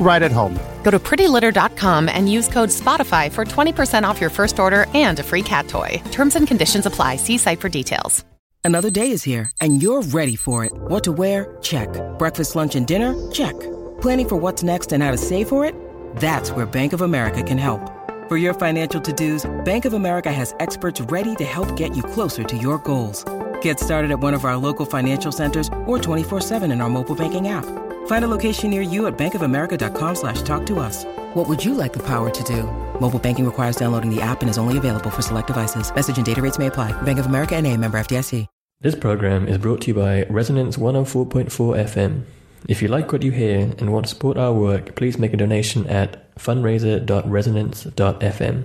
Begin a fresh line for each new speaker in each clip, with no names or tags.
right at home.
Go to prettylitter.com and use code SPOTIFY for 20% off your first order and a free cat toy. Terms and conditions apply. See site for details.
Another day is here, and you're ready for it. What to wear? Check. Breakfast, lunch, and dinner? Check. Planning for what's next and how to save for it? That's where Bank of America can help. For your financial to-dos, Bank of America has experts ready to help get you closer to your goals. Get started at one of our local financial centers or 24-7 in our mobile banking app. Find a location near you at bankofamerica.com slash talk to us. What would you like the power to do? Mobile banking requires downloading the app and is only available for select devices. Message and data rates may apply. Bank of America and a member FDIC.
This program is brought to you by Resonance 104.4 FM. If you like what you hear and want to support our work, please make a donation at fundraiser.resonance.fm.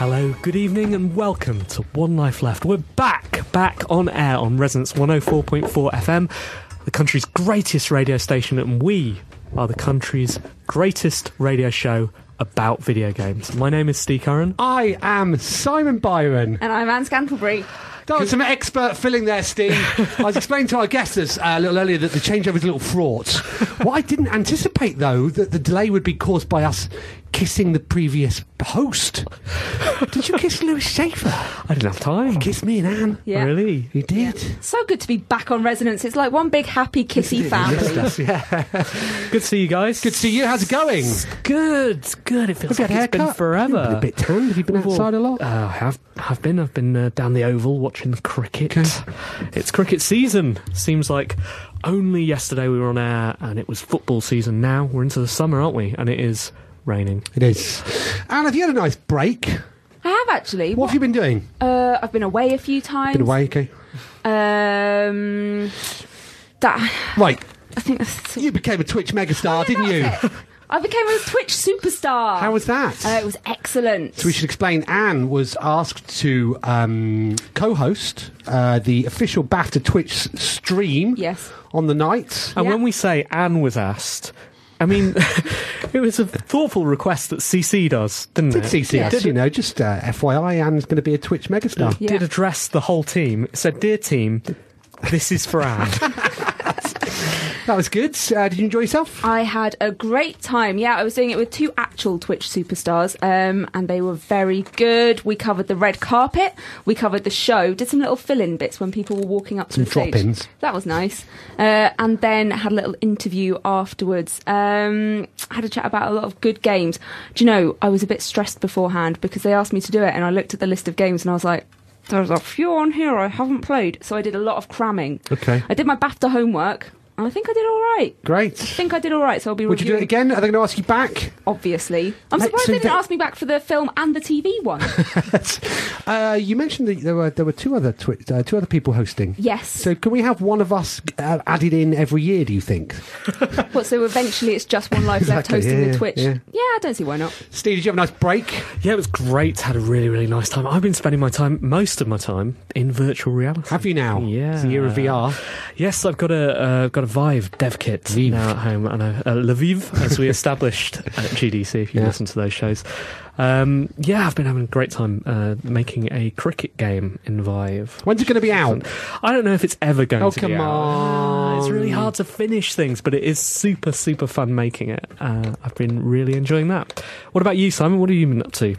Hello, good evening, and welcome to One Life Left. We're back, back on air on Resonance 104.4 FM, the country's greatest radio station, and we are the country's greatest radio show about video games. My name is Steve Curran.
I am Simon Byron.
And I'm Anne Scantlebury.
That was some expert filling there, Steve. I was explaining to our guests this, uh, a little earlier that the changeover is a little fraught. what I didn't anticipate, though, that the delay would be caused by us kissing the previous host. Did you kiss Lewis Schaefer?
I didn't have time.
Kiss me and Anne. Oh,
Yeah.
Really?
You did.
So good to be back on Resonance. It's like one big happy kissy family.
Yes, yeah.
Good to see you guys.
Good to see you. How's it going?
Good, good. It feels like it's been
Mm. Have you had a haircut? You've
forever.
been a bit tanned. Have you been
Well,
outside a lot?
Uh, I have. I've been. I've been uh, down the oval watching the cricket. It's cricket season. Seems like only yesterday we were on air, and it was football season. Now we're into the summer, aren't we? And it is raining.
It is. Anne, have you had a nice break?
I have actually.
What have you been doing?
Uh, I've been away a few times.
Been away, okay.
Um, that,
Right.
I think that's.
You became a Twitch megastar, didn't you?
That's it. I became a Twitch superstar.
How was that?
Uh, it was excellent.
So we should explain. Anne was asked to um, co-host uh, the official BAFTA Twitch s- stream.
Yes.
On the night.
And
Yeah.
when we say Anne was asked, I mean it was a thoughtful request that CC does, didn't
Did
it?
CC
Yeah.
us, you know, just uh, FYI, Anne's going to be a Twitch megastar.
Yeah.
Did address the whole team. It said, "Dear team, this is for Anne." Mm.
That was good. Uh, did you enjoy yourself?
I had a great time. Yeah, I was doing it with two actual Twitch superstars, um, and they were very good. We covered the red carpet, we covered the show, did some little fill-in bits when people were walking up to
Some
the stage.
drop-ins.
That was nice. Uh, and then had a little interview afterwards. Um, had a chat about a lot of good games. Do you know? I was a bit stressed beforehand because they asked me to do it, and I looked at the list of games and I was like. There's a few on here I haven't played, so I did a lot of cramming.
Okay.
I did my BAFTA homework, and I think I did all right. I
Great.
think I did all right, so I'll be
Would you do
reviewing.
it again? Are they going to ask you back?
Obviously, I'm
Mate,
surprised
so
they didn't
that-
ask me back for the film and the TV one.
Uh, you mentioned that there were there were two other twi- uh, two other people hosting.
yes.
So can we have one of us uh, added in every year? Do you think?
What, so eventually, it's just one life left
Exactly,
hosting
yeah,
the Twitch.
yeah.
I don't see why not.
Steve, did you have a nice break?
Yeah, it was great. Had a really, really nice time. I've been spending my time, most of my time, in virtual reality.
Have you now?
Yeah.
It's the year of VR.
Yes, I've got a uh, got a Vive dev kit
Vive.
now at home, and a, a Lviv, as we established at GDC. If you
Yeah.
listen to those shows, um, yeah, I've been having a great time uh, making a cricket game in Vive.
When's it going to be out?
I don't know if it's ever going
Oh,
to
come
be out.
on.
Ah, It's really hard to finish things, but it is super, super fun making it. Uh, I've been really enjoying that. What about you, Simon? What have you been up to?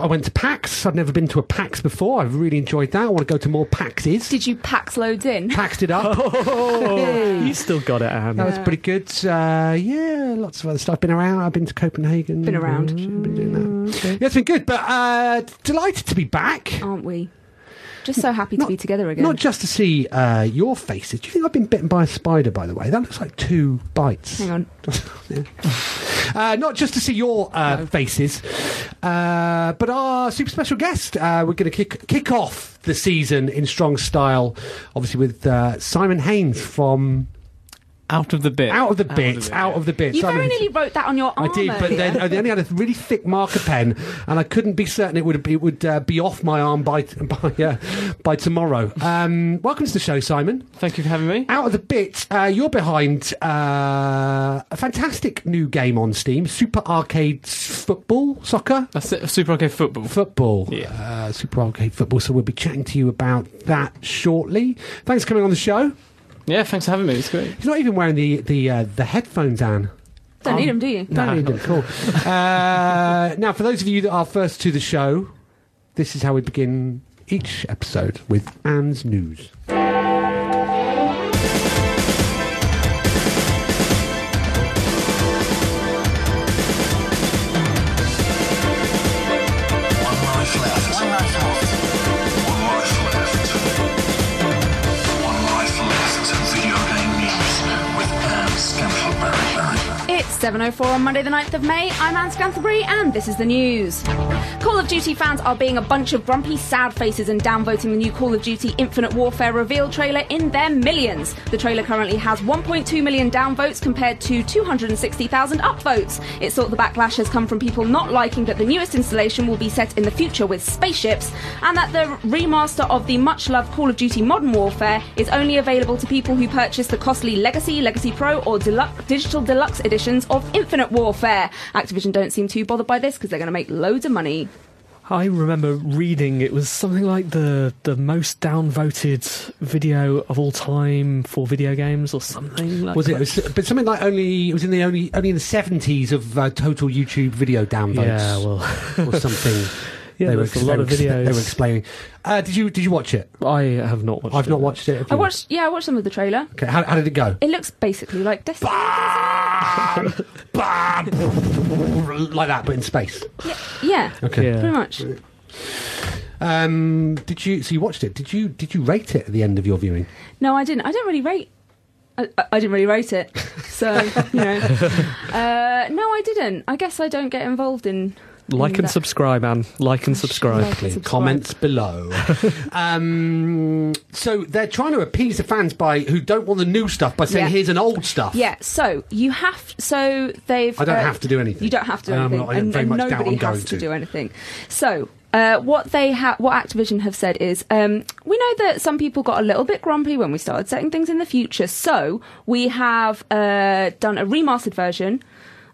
I went to PAX. I'd never been to a PAX before. I've really enjoyed that. I want to go to more PAXes.
Did you pack loads in?
PAXed it up.
Oh, you still got it, Anne.
That was pretty good. Uh, yeah, lots of other stuff. I've been around. I've been to Copenhagen.
Been around. Mm,
Should've Been doing that. Yeah, it's been good. But uh, delighted to be back.
Aren't we? Just so happy to
Not-
be together again.
Not just to see uh, your faces. Do you think I've been bitten by a spider? By the way, that looks like two bites.
Hang on.
Yeah. Uh, not just to see your uh, faces, uh, but our super special guest. Uh, we're going to kick kick off the season in strong style, obviously with uh, Simon Haynes from
Out of the bit.
Out of the Bits. Out of the Bits.
You very
Simon-
nearly wrote that on your
I
arm.
did, but
earlier.
then I only had a really thick marker pen, and I couldn't be certain it would it would uh, be off my arm by by, uh, by tomorrow. Um, welcome to the show, Simon.
Thank you for having me.
Out of the bit, uh, you're behind uh, a fantastic new game on Steam, Super Arcade S- Football Soccer.
That's it. Super Arcade Football.
Football,
Yeah.
uh, Super Arcade Football. So we'll be chatting to you about that shortly. Thanks for coming on the show.
Yeah, thanks for having me. It's great.
He's not even wearing the the uh, the headphones, Anne.
Don't need them, do you?
Don't need them. Cool. Uh, now, for those of you that are first to the show, this is how we begin each episode with Anne's news.
It's 7.04 on Monday the 9th of May. I'm Anne Scantlebury and this is the news. Call of Duty fans are being a bunch of grumpy, sad faces and downvoting the new Call of Duty Infinite Warfare reveal trailer in their millions. The trailer currently has 1.2 million downvotes compared to 260,000 upvotes. It's thought the backlash has come from people not liking that the newest installation will be set in the future with spaceships and that the remaster of the much-loved Call of Duty Modern Warfare is only available to people who purchase the costly Legacy, Legacy Pro, or Deluxe, Digital Deluxe editions of Infinite Warfare. Activision don't seem too bothered by this because they're going to make loads of money.
I remember reading it was something like the the most downvoted video of all time for video games or something. Like
Was it?
that.
it was, but something like only it was in the only only in the seventies of uh, total YouTube video downloads.
Yeah, well,
or something.
yeah, there's a
ex-
lot of
ex-
videos.
They were explaining. Uh, did you did you watch it?
I have not watched.
I've not
it.
watched it. have
I
you?
watched, yeah, I watched some of the trailer.
Okay, how, how did it go?
It looks basically like Destiny.
Bam! Bam! like that, but in space.
Yeah,
Okay.
Yeah.
pretty much.
Um, did you? So you watched it? Did you? Did you rate it at the end of your viewing?
No, I didn't. I don't really rate. I, I- I didn't really rate it, so you know. Uh, no, I didn't. I guess I don't get involved in.
Like and
that.
subscribe, Anne. Like and subscribe.
Like and subscribe.
Comments below. um, so they're trying to appease the fans by who don't want the new stuff by saying
Yeah.
here's an old stuff.
Yeah, so you have. So they've. uh,
I don't have to do anything.
You don't have to do
And I'm
anything,
not- I
and,
very
and
much doubt
nobody
I'm going
has to.
to.
do anything. So. Uh, what they ha- what Activision have said is, um, we know that some people got a little bit grumpy when we started setting things in the future. So we have uh, done a remastered version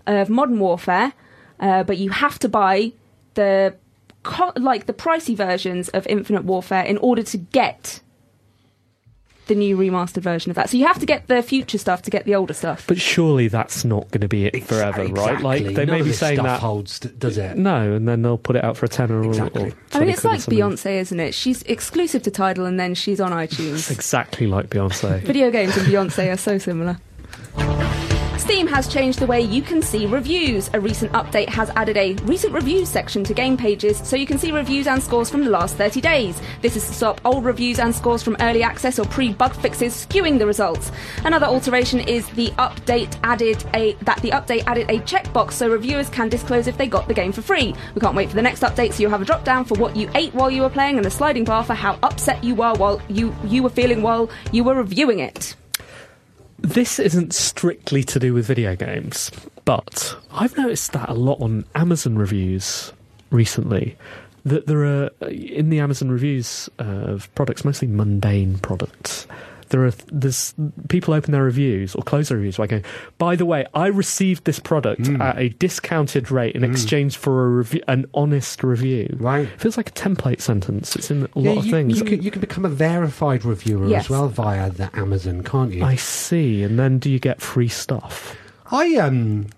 of Modern Warfare, uh, but you have to buy the co- like the pricey versions of Infinite Warfare in order to get the new remastered version of that. So you have to get the future stuff to get the older stuff.
But surely that's not going to be it forever, right? Like
Exactly.
they
None
may
of
be
this
saying
stuff
that.
holds, d- does it?
No, and then they'll put it out for a tenner or-
Exactly.
or.
I mean,
I mean,
20
it's
quid or
like
something.
Beyonce, isn't it? She's exclusive to Tidal and then she's on iTunes.
Exactly like Beyonce.
Video games and Beyonce are so similar. Steam has changed the way you can see reviews. A recent update has added a recent reviews section to game pages so you can see reviews and scores from the last 30 days. This is to stop old reviews and scores from early access or pre bug fixes skewing the results. Another alteration is the update added a that the update added a checkbox so reviewers can disclose if they got the game for free. We can't wait for the next update so you'll have a drop down for what you ate while you were playing and a sliding bar for how upset you were while you, you were feeling while you were reviewing it.
this isn't strictly to do with video games, but I've noticed that a lot on Amazon reviews recently. That there are uh, in the Amazon reviews uh, of products, mostly mundane products. There are there's people open their reviews or close their reviews by going. By the way, I received this product
Hmm.
at a discounted rate in exchange for a review, an honest review.
Right.
feels like a template sentence. It's in a lot
yeah,
of
you,
things.
You can, you can become a verified reviewer
Yes.
as well via the Amazon, can't you?
I see, and then do you get free stuff?
I um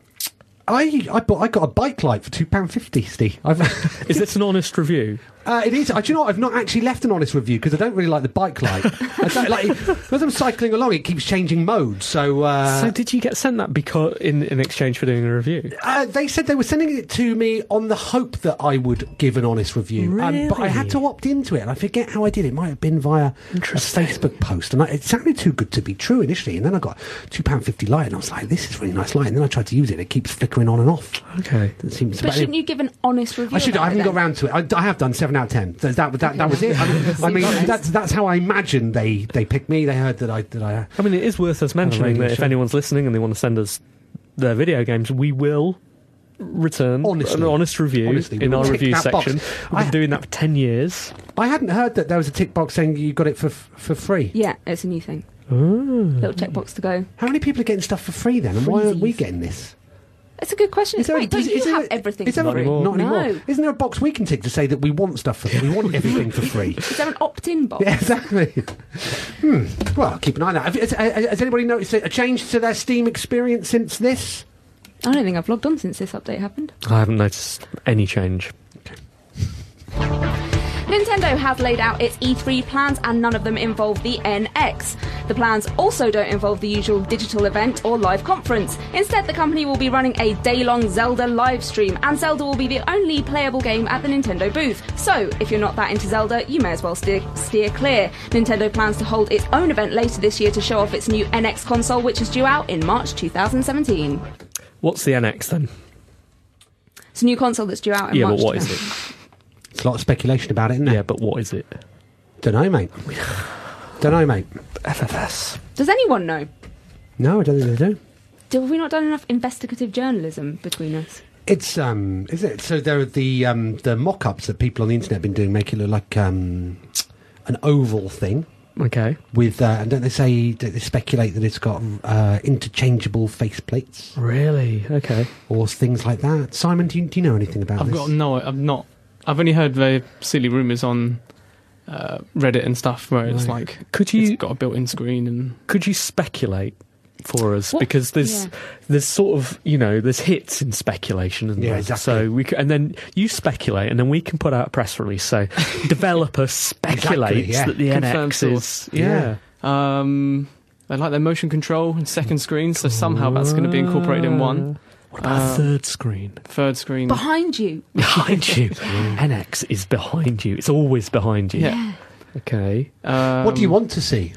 I I bought I got a bike light for two pound fifty. Steve, I've,
Is this an honest review?
uh, it is. I do you know what? I've not actually left an honest review because I don't really like the bike light. I don't, like as I'm cycling along, it keeps changing mode. So, uh,
so did you get sent that because in, in exchange for doing a review?
uh, they said they were sending it to me on the hope that I would give an honest review. Um, but I had to opt into it, and I forget how I did. It might have been via a Facebook post, and I, it sounded too good to be true initially. And then I got two pound fifty light, and I was like, "This is really nice light." And then I tried to use it, and it keeps flickering on and off.
Okay.
It seems.
But
anyway-
shouldn't you give an honest review?
I should.
about
I haven't
it
got
then?
round to it. I, I have done seven out of ten. That that, that, that was it. I mean, I mean that's that's how I imagined they they picked me. They heard that I that I.
I mean, it is worth us mentioning
radio
that if
show.
anyone's listening and they want to send us their video games, we will return
Honestly.
an honest review
Honestly, we
in
will
our
tick
review
that box.
section. We've been
I-
doing that for 10 years.
I hadn't heard that there was a tick box saying you got it for f- for free.
Yeah, it's a new thing.
Ah.
Little checkbox to go.
How many people are getting stuff for free then, and why aren't we
Freezies.
getting this?
It's a good question.
there-
Wait, don't
is-
you
is there-
have everything?
Is there
for
a-
free?
Not anymore.
No.
Isn't there a box we can tick to say that we want stuff for free? We want everything for free.
Is there an opt-in box?
Yeah, exactly. Hmm. Well, keep an eye on that. Have you- Has, has has anybody noticed a a change to their Steam experience since this?
I don't think I've logged on since this update happened.
I haven't noticed any change.
Nintendo have laid out its E3 plans, and none of them involve the NX. The plans also don't involve the usual digital event or live conference. Instead, the company will be running a day long Zelda live stream, and Zelda will be the only playable game at the Nintendo booth. So, if you're not that into Zelda, you may as well steer, steer clear. Nintendo plans to hold its own event later this year to show off its new NX console, which is due out in March 2017.
What's the NX then?
It's a new console that's due out in
yeah,
March.
but what
2000.
is it?
It's a lot of speculation about it, isn't there?
Yeah, but what is it?
Don't know, mate. Don't know, mate.
FFS.
Does anyone know?
No, I don't think they do.
Have we not done enough investigative journalism between us?
It's um, is it? So there are the um, the mock-ups that people on the internet have been doing, make it look like um, an oval thing
Okay.
with, uh, and don't they say don't they speculate that it's got uh, interchangeable faceplates
Really? Okay.
or things like that? Simon, do you, do you know anything about
I've
this?
got no. I've not. I've only heard very silly rumours on uh, Reddit and stuff where it's
Right.
like
Could you-
it's got a built-in screen and
Could you speculate for us?
What?
Because there's
Yeah.
there's sort of you know there's hits in speculation, and
Yeah, exactly.
so we c- and then you speculate, and then we can put out a press release. So developer speculates
yeah.
that the
Confirmed
NX
source.
is yeah.
Yeah.
um, they like their motion control and second screen, so somehow that's going to be incorporated in one
What about
Uh,
third screen
third screen.
Behind you.
behind you?
Mm.
NX is behind you. It's always behind you.
Yeah.
Okay.
Um,
What do you want to see?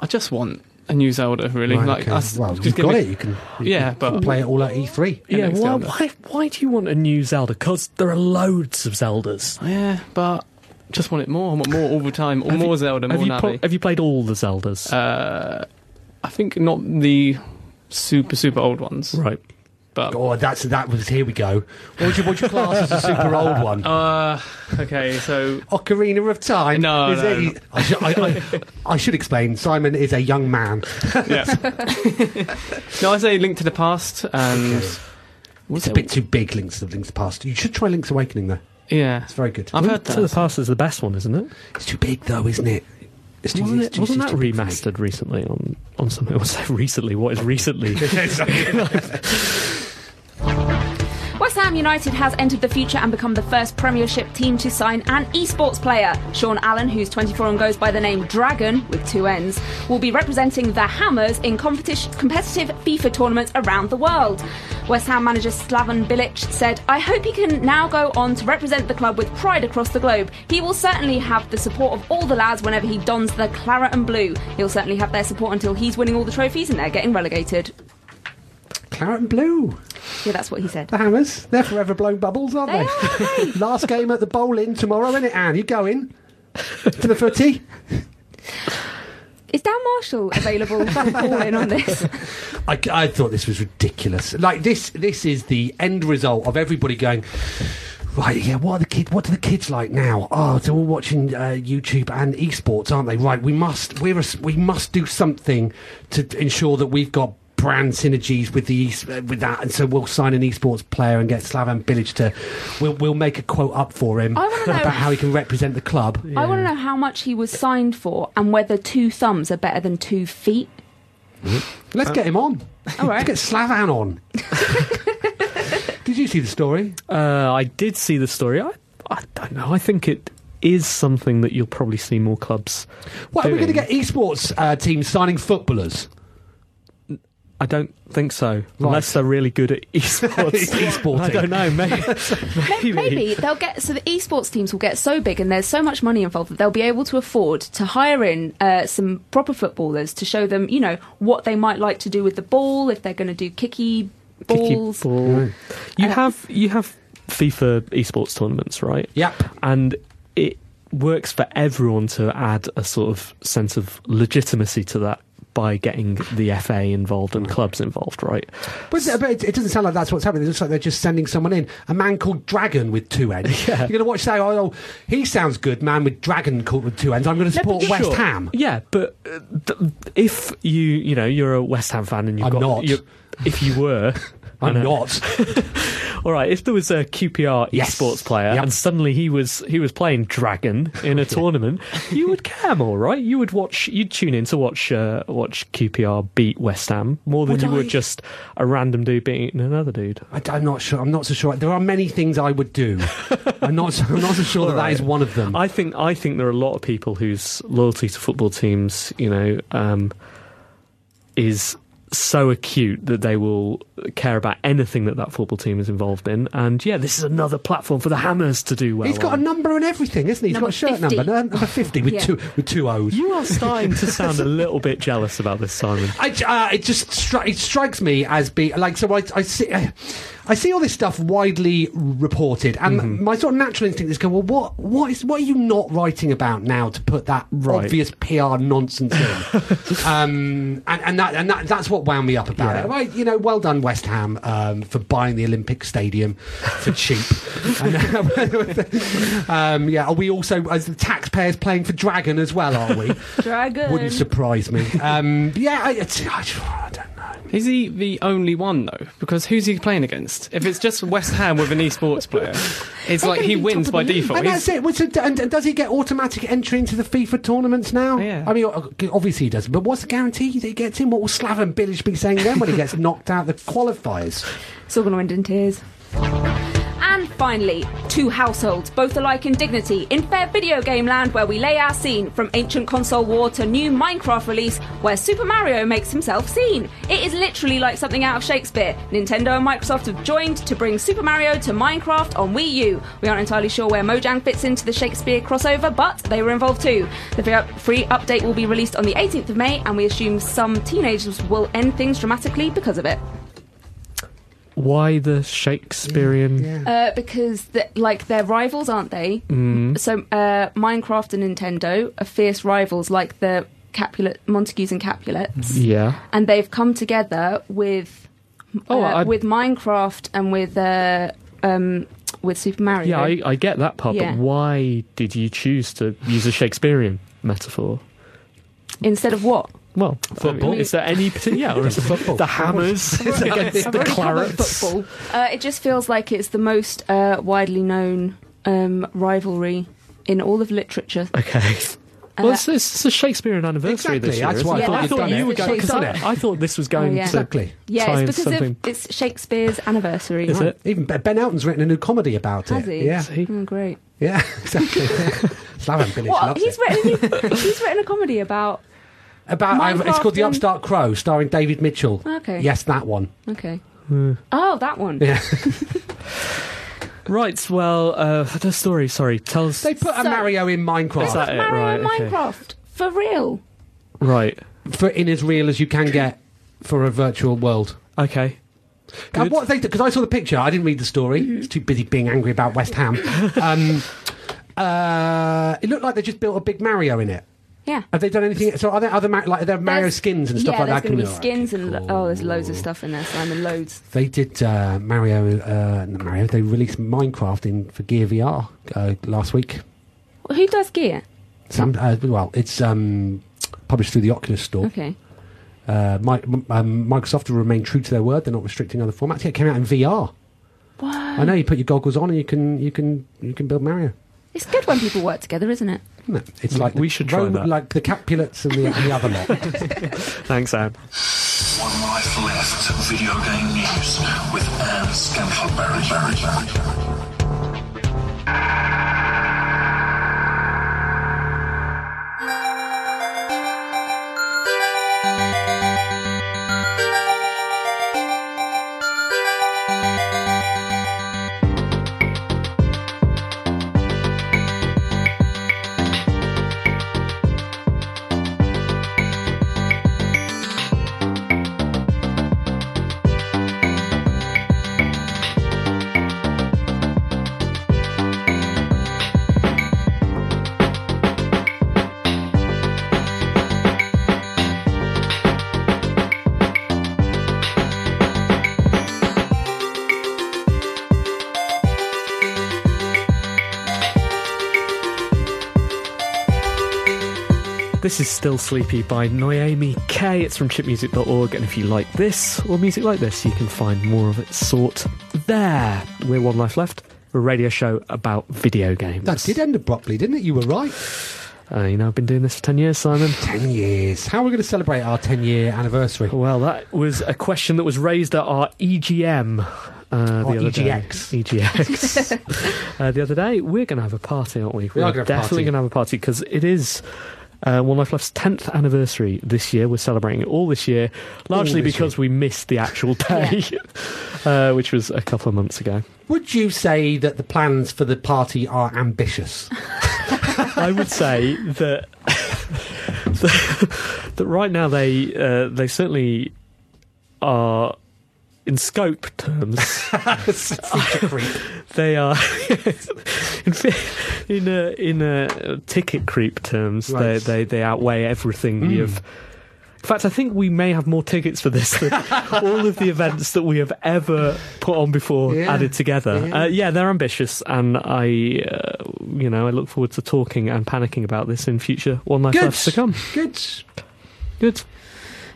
I just want a new Zelda, really.
Right,
like,
okay.
I s-
well,
just
you've
give
got
me-
it. You can, you
Yeah,
can
but-
play it all at E E3.
Yeah.
NX
Why,
Zelda.
why? Why do you want a new Zelda? Because there are loads of Zeldas.
Yeah, but just want it more. I want more all the time. Or
Have you-
more Zelda, more
Have you,
Navi.
pl- have you played all the Zeldas?
uh, I think not the super super old ones,
right.
but
Oh, that's that was here we go. What would you, what would you class as a super old one?
uh, okay. So
Ocarina of Time.
No,
is
no,
a-
no.
I, should, I, I, I should explain. Simon is a young man.
yeah, no, I say Link to the Past and
It's a bit too big. Links of Links Past. You should try Links Awakening though.
yeah.
It's very good.
I've heard
To the
that.
Past is the best one, isn't it?
It's too big though, isn't it? It's too,
Wasn't,
it's
it,
too-
wasn't
it's
that
too big for me.
remastered recently on, on something? What's that recently? What is recently?
West Ham United has entered the future and become the first Premiership team to sign an esports player. Sean Allen, who's 24 and goes by the name Dragon with two N's, will be representing the Hammers in competition, competitive FIFA tournaments around the world. West Ham manager Slaven Bilic said, "I hope he can now go on to represent the club with pride across the globe. He will certainly have the support of all the lads whenever he dons the claret and blue. He'll certainly have their support until he's winning all the trophies and they're getting relegated."
Claret and Blue,
Yeah, that's what he said.
the Hammers. They're forever blowing bubbles, aren't
They
they? Last game at the bowling tomorrow, isn't it? Anne, you going to the footy?
Is Dan Marshall available to call in on this?
I, I thought this was ridiculous. Like this, this is the end result of everybody going. Right, yeah. What are the kids? What do the kids like now? Oh, they're all watching uh, YouTube and esports, aren't they? Right, we must. We're a s we must do something to ensure that we've got brand synergies with the es- uh, with that, and so we'll sign an esports player and get Slavan Bilic to. We'll we'll make a quote up for him
I wanna know-
about how he can represent the club.
I want to know how much he was signed for and whether two thumbs are better than two feet.
Let's get him on.
All right.
Let's get Slavan on. you see the story?
Uh, I did see the story. I, I don't know. I think it is something that you'll probably see more clubs.
Well, are we
doing.
going to get esports uh, teams signing footballers?
I don't think so, unless they're really good at esports.
Esporting.
I don't know. Maybe. maybe.
Maybe they'll get so the esports teams will get so big and there's so much money involved that they'll be able to afford to hire in uh, some proper footballers to show them, you know, what they might like to do with the ball if they're going to do kicky
Kicky
balls.
ball. You
Uh,
have you have FIFA esports tournaments, right?
Yep.
and it works for everyone to add a sort of sense of legitimacy to that by getting the FA involved and clubs involved, right?
But it, but it- it doesn't sound like that's what's happening. It looks like they're just sending someone in. A man called Dragon with two ends. You're going to watch that. Oh, oh, he sounds good, man with Dragon called with two ends. I'm going to
No, but
support West
sure.
Ham.
Yeah, but uh, th- if you you know you're a West Ham fan and you've
I'm
got
not.
you- if you were, I
I'm
know.
not.
All right, if there was a QPR
Yes.
esports player
Yep.
and suddenly he was he was playing Dragon in a tournament, you would care more, right? You would watch, you'd tune in to watch uh, watch QPR beat West Ham more than
Would
you
I?
would just a random dude beating another dude.
I, am not sure. I'm not so sure. There are many things I would do. I'm not. so- I'm not so sure that that is one of them.
I think I think there are a lot of people whose loyalty to football teams, you know, um, is so acute that they will care about anything that that football team is involved in. And yeah, this is another platform for the Hammers to do well.
He's got a
on.
number and everything, isn't he? He's
Number
got a shirt
50.
number, no, number fifty with
Yeah.
two with two O's.
You are starting to sound a little bit jealous about this, Simon.
I, uh, it just stri- it strikes me as being like so. I, I see, I see all this stuff widely reported, and my sort of natural instinct is go, well, what, what is, what are you not writing about now to put that
Right.
obvious PR nonsense in? um, and and that and that, that's what wound me up about it. Right, you know, well done West Ham um, for buying the Olympic Stadium for cheap. And, uh, um, yeah, are we also as the taxpayers playing for Dragon as well? Are we?
Dragon.
Wouldn't surprise me. Um, yeah, I, it's- I, I don't know.
Is he the only one though? Because who's he playing against? If it's just West Ham with an esports player, it's like he wins by default.
And that's
He's-
it. What's it- and, and does he get automatic entry into the FIFA tournaments now?
Yeah.
I mean, o- obviously he doesn't. But what's the guarantee that he gets in? What will Slaven Bilic be saying then when he gets knocked out the qualifiers?
It's all going to end in tears. And finally, two households, both alike in dignity, in fair video game land where we lay our scene, from ancient console war to new Minecraft release, where Super Mario makes himself seen. It is literally like something out of Shakespeare. Nintendo and Microsoft have joined to bring Super Mario to Minecraft on Wii U. We aren't entirely sure where Mojang fits into the Shakespeare crossover, but they were involved too. The free- free update will be released on the 18th of May, and we assume some teenagers will end things dramatically because of it.
Why the Shakespearean?
Uh, because the, like they're rivals, aren't they? Mm. So uh, Minecraft and Nintendo are fierce rivals, like the Capulet Montagues and Capulets,
Yeah.
and they've come together with
Oh,
uh,
I-
with Minecraft and with uh, um, with Super Mario.
Yeah, I, I get that part,
Yeah.
but why did you choose to use a Shakespearean metaphor?
Instead of what?
Well,
Football.
is there any particular? Yeah, or is it
Football.
The hammers against the clarets.
Football. Uh, it just feels like it's the most uh, widely known um, rivalry in all of literature.
Okay.
Uh,
Well, it's, it's it's a Shakespearean anniversary
Exactly,
this year.
that's
isn't
why I
it?
thought
I
you'd
thought
done
you
it.
were going because
Done
I,
it.
I thought this was going
Oh, yeah.
to
Exactly.
Yeah,
tie in
it's because
something.
of it's Shakespeare's anniversary.
Is it?
Even Ben- Ben Elton's written a new comedy about
Has
it.
he?
Yeah,
See?
Oh, great.
yeah, exactly. Slaven Bilic
What?
loves
He's
it.
written, he's written a comedy about.
About I've- it's called The
Minecraft and-
Upstart Crow, starring David Mitchell.
Okay.
Yes, that one.
Okay. Oh, that one.
Yeah.
Right. Well, uh, the story. Sorry. Tell us.
They put a
So-
Mario in Minecraft.
Is that it?
Mario
Right.
and
okay.
Minecraft. For real.
Right.
for in as real as you can get for a virtual world.
Okay.
And what they because I saw the picture, I didn't read the story.
Mm-hmm.
It's too busy being angry about West Ham. Um, uh, it looked like they just built a big Mario in it.
Yeah.
Have they done anything? So are there other Ma- like are there Mario
There's-
skins and stuff
yeah,
like that? coming
There's going to be
out?
skins and. lo- Oh, there's loads of stuff in there, Simon. Loads.
They did uh, Mario. Uh, not Mario. They released Minecraft in for Gear VR uh, last week.
Who does gear?
Sam, uh, well, it's um, published through the Oculus store.
Okay.
Uh, Mi- m- um, Microsoft will remain true to their word. They're not restricting other formats. Yeah, it came out in VR.
Wow.
I know you put your goggles on and you can you can you can build Mario.
It's good when people work together, isn't it?
Isn't it? It's like
we
the
should try that.
like the Capulets and the, and the other lot.
Thanks, Anne.
One life, Left Video Game News with Anne Scantleberry. Berry, Berry.
This is Still Sleepy by Noemi K. It's from chipmusic.org, and if you like this or music like this, you can find more of its sort there. We're One Life Left, a radio show about video games.
That did end abruptly, didn't it? You were right.
Uh, you know, I've been doing this for 10 years, Simon.
10 years. How are we going to celebrate our 10 year anniversary?
Well, that was a question that was raised at our EGM. Uh, the
Or
other
EGX.
Day. EGX. uh, the other day, we're going to have a party, aren't we?
We are
We're
gonna have a
definitely
party.
going to have a party because it is uh, One Life Left's 10th anniversary this year. We're celebrating it all this year, largely
this
because we missed the actual day, uh, which was a couple of months ago.
Would you say that the plans for the party are ambitious?
I would say that that right now they uh, they certainly are in scope terms. they are in fi- in uh, in uh, ticket creep terms.
Right. Mm.
They, they they outweigh everything we have. In fact, I think we may have more tickets for this than all of the events that we have ever put on before
Yeah.
added together.
Yeah.
Uh, yeah, they're ambitious, and I, uh, you know, I look forward to talking and panicking about this in future one life
Good.
lefts to come.
Good.
Good.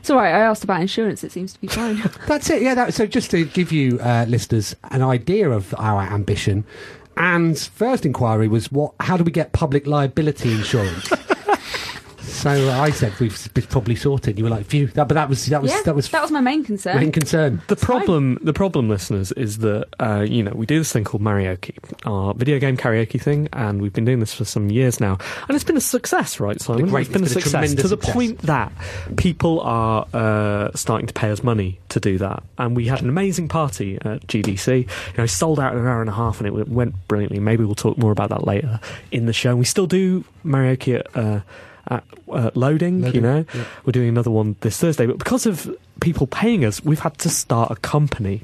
It's all right. I asked about insurance. It seems to be fine.
That's it. Yeah. That, so just to give you uh, listeners an idea of our ambition, Anne's first inquiry was what? How do we get public liability insurance? so I said we've s- probably sorted. You were like, "Phew!" That, but that was that was
yeah,
that was
my main concern.
main concern.
Um, The problem, the problem, listeners, is that uh, you know we do this thing called Marioki, our video game karaoke thing, and we've been doing this for some years now, and it's been a success, right, Simon?
great-
it's been
it's
a
been a
success
tremendous
to the
success.
point that people are uh, starting to pay us money to do that, and we had an amazing party at GDC. You know, sold out in an hour and a half, and it w- went brilliantly. Maybe we'll talk more about that later in the show. And we still do Marioki at. Uh, at uh, loading, you
Loading,
know, we're doing another one this Thursday. But because of people paying us, we've had to start a company,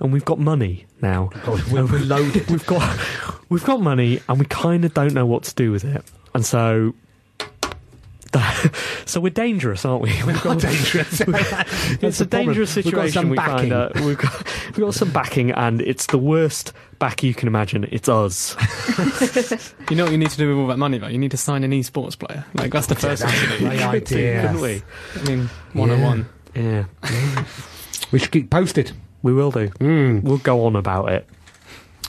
and we've got money now.
Oh, we're loaded.
we've got we've got money, and we kind of don't know what to do with it. And so, so we're dangerous, aren't we? We've got
dangerous.
it's
it's
a dangerous situation.
We've got
we
some backing.
find out. We've got, we've got some backing, and it's the worst back you can imagine. It's us.
You know what you need to do with all that money, though? You need to sign an esports player. Like, that's the first thing
That's
to
a
do.
great idea.
Couldn't we?
I mean, 101.
Yeah,
We should keep posted.
we will do.
Mm.
We'll go on about it.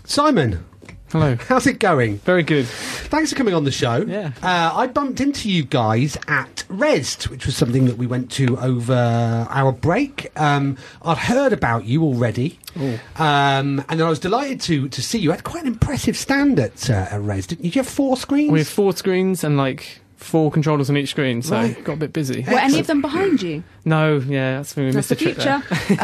Simon,
Hello.
how's it going?
Very good.
Thanks for coming on the show.
Yeah.
Uh, I bumped into you guys at REST, which was something that we went to over our break. Um, I'd heard about you already.
Oh.
Um, and then I was delighted to, to see you. had quite an impressive stand at, uh, at REST, didn't you? Did you have four screens?
We have four screens and, like, four controllers on each screen, so
Right.
got a bit busy.
Were any of them behind you?
No, yeah, that's when we
That's
missed
the
a trick there.
future.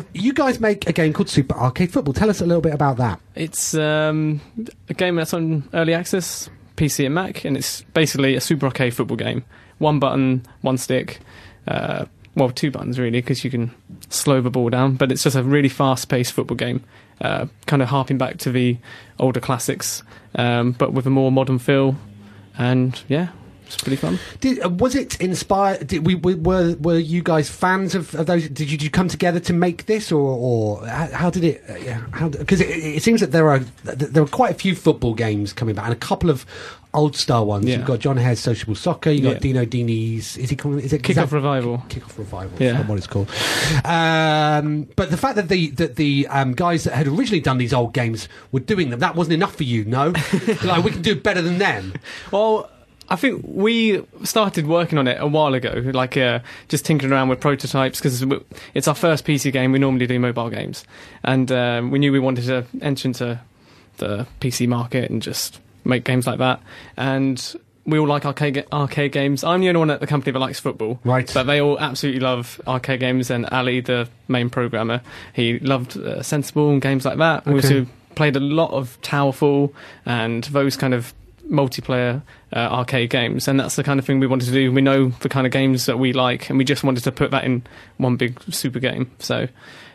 um, you guys make a game called Super Arcade Football. Tell us a little bit about that.
It's um, a game that's on early access, PC and Mac, and it's basically a Super Arcade football game. One button, one stick. Uh, well, two buttons really, because you can slow the ball down. But it's just a really fast-paced football game, uh, kind of harping back to the older classics, um, but with a more modern feel. And yeah, it's pretty fun.
Did, uh, was it inspired? Did we, we were were you guys fans of, of those? Did you, did you come together to make this, or or how, how did it? uh, Yeah, how because it, it seems that there are th- there are quite a few football games coming back, and a couple of old star ones.
Yeah.
You've got John Hare's Sociable Soccer. You have got
Yeah.
Dino Dini's. Is he calling? Is it is
Kickoff
that-
revival.
Kickoff revival,
Yeah.
yeah. what it's called. Um, but the fact that the that the um, guys that had originally done these old games were doing them, that wasn't enough for you, no? like we can do better than them.
Well, I think we started working on it a while ago, like uh, just tinkering around with prototypes because it's our first PC game. We normally do mobile games, and um, we knew we wanted to enter into the PC market and just make games like that. And we all like arcade ga- arcade games. I'm the only one at the company that likes football,
Right.
But they all absolutely love arcade games. And Ali, the main programmer, he loved uh, Sensible and games like that. We
Okay.
also played a lot of Towerfall and those kind of multiplayer uh, arcade games and that's the kind of thing we wanted to do we know the kind of games that we like and we just wanted to put that in one big super game so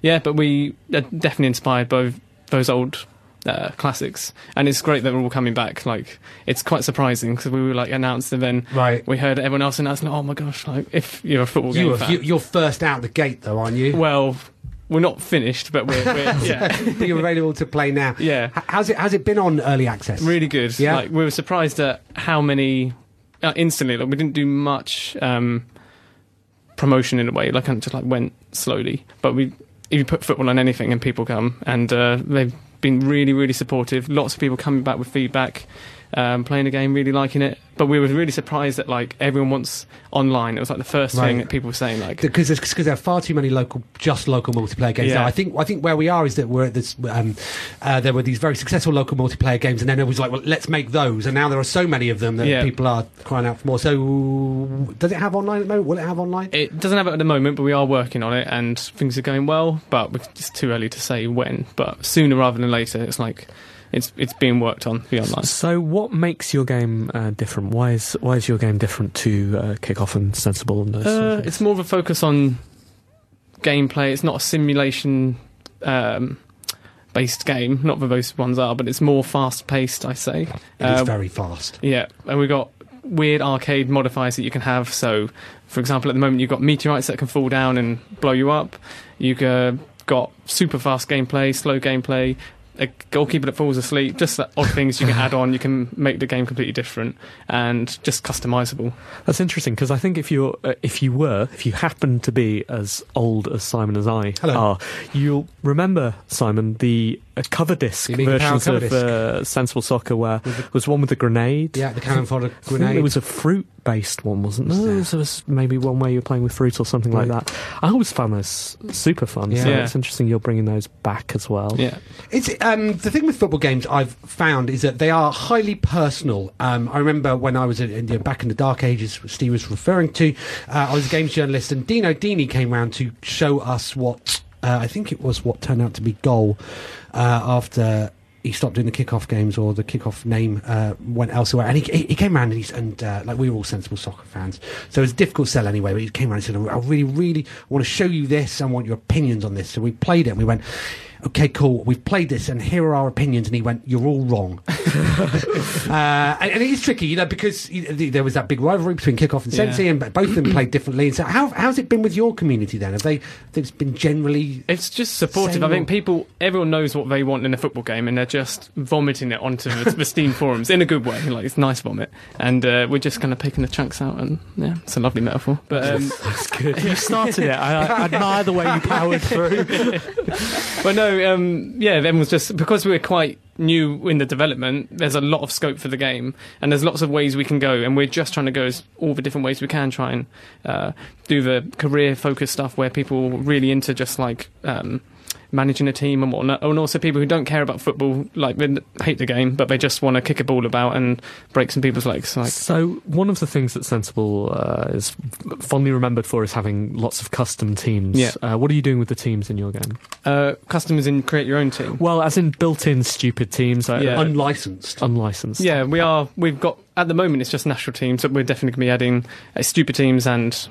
yeah but we are definitely inspired by those old uh, classics and it's great that we're all coming back like it's quite surprising because we were like announced and then
Right.
we heard everyone else announcing oh my gosh like if you're a football
You
game
were,
fan
you, you're first out the gate, though, aren't you?
well we're not finished but we're, we're yeah
But you're available to play now.
Yeah.
H- how's it? How's it been on early access?
Really good.
Yeah.
Like we were surprised at how many uh, instantly. Like we didn't do much um, promotion in a way. Like kind of just like went slowly. But we, if you put football on anything, and people come, and uh, they've been really, really supportive. Lots of people coming back with feedback. Um, playing the game, really liking it, but we were really surprised that like everyone wants online. It was like the first
Right.
thing that people were saying. Like,
because there are far too many local, just local multiplayer games.
Yeah.
Now, I think I think where we are is that we're at this. Um, uh, there were these very successful local multiplayer games, and then it was like, well, let's make those. And now there are so many of them that
Yeah.
people are crying out for more. So, does it have online at the moment? Will it have online?
It doesn't have it at the moment, but we are working on it, and things are going well. But it's too early to say when. But sooner rather than later, it's like it's it's being worked on. The online.
So, what makes your game uh, different? Why is why is your game different to uh, Kickoff and Sensible and those? sort
Uh,
of things?
it's more of a focus on gameplay. It's not a simulation um, based game. Not that those ones are, but it's more fast paced. I say.
It is
Uh,
very fast.
Yeah, and we've got weird arcade modifiers that you can have. So, for example, at the moment you've got meteorites that can fall down and blow you up. You've uh, got super fast gameplay, slow gameplay, a goalkeeper that falls asleep. Just the odd things you can add on. You can make the game completely different and just customizable.
That's interesting because I think if you're uh, if you were if you happen to be as old as Simon as I
Hello.
are, you'll remember Simon the uh, cover disc
You mean the
versions
power cover
of Uh, Sensible Soccer where was one with the grenade.
Yeah, the cannon fodder
I think
grenade.
It was a fruit based one, wasn't there?
there?
There was maybe one where you were playing with fruit or something like
Right.
that. I always found those super fun. So
Yeah.
it's interesting you're bringing those back as well.
Yeah.
It's um, the thing with football games I've found is that they are highly personal. Um, I remember when I was in, in, you know, back in the dark ages, which Steve was referring to. Uh, I was a games journalist, and Dino Dini came round to show us what uh, I think it was what turned out to be goal uh, after. He stopped doing the kickoff games, or the kickoff name uh, went elsewhere. And he, he, he came round and, he's, and uh, like we were all sensible soccer fans, so it was a difficult sell anyway. But he came round and said, "I really, really want to show you this. I want your opinions on this." So we played it. and We went, okay, cool, we've played this, and here are our opinions. And he went, you're all wrong. uh, and, and it is tricky, you know, because you know, the- there was that big rivalry between kickoff and
Yeah.
Sensi, and both of them played differently. And so, how, how's it been with your community then? Have they? It's been generally.
It's just supportive. I
Same
think people, everyone knows what they want in a football game, and they're just vomiting it onto the, the Steam forums in a good way. Like it's nice vomit, and uh, we're just kind of picking the chunks out, and yeah, it's a lovely metaphor. But um,
That's good. You started it. I, I admire the way you powered through.
but no, um, yeah, then was just because we were quite new in the development. There's a lot of scope for the game, and there's lots of ways we can go, and we're just trying to go as all the different ways we can. Try and uh, do the career-focused stuff where people really into just like. Um, Managing a team and whatnot, and also people who don't care about football, like they hate the game, but they just want to kick a ball about and break some people's legs. Like,
So one of the things that Sensible uh, is fondly remembered for is having lots of custom teams.
Yeah.
Uh, what are you doing with the teams in your game?
uh, customers in create your own team.
Well, as in built-in stupid teams, uh,
Yeah.
un-
Unlicensed.
unlicensed.
Yeah, we are. We've got at the moment. It's just national teams, but we're definitely going to be adding uh, stupid teams and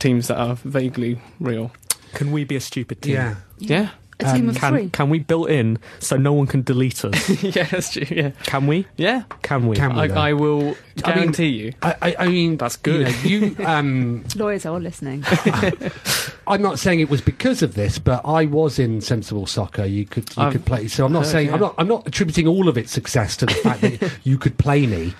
teams that are vaguely real.
Can we be a stupid team?
Yeah.
Yeah,
A team of three.
Can can we built in so no one can delete us?
yeah, that's true. Yeah,
Can we?
yeah.
Can we?
Can we?
I, I will
I mean-
guarantee you.
I, I, I mean,
That's good.
You, know, you um,
Lawyers are listening.
I'm not saying it was because of this, but I was in sensible soccer. You could you
I've
could play. So I'm not
heard,
saying I'm
yeah.
not I'm not attributing all of its success to the fact that you could play me.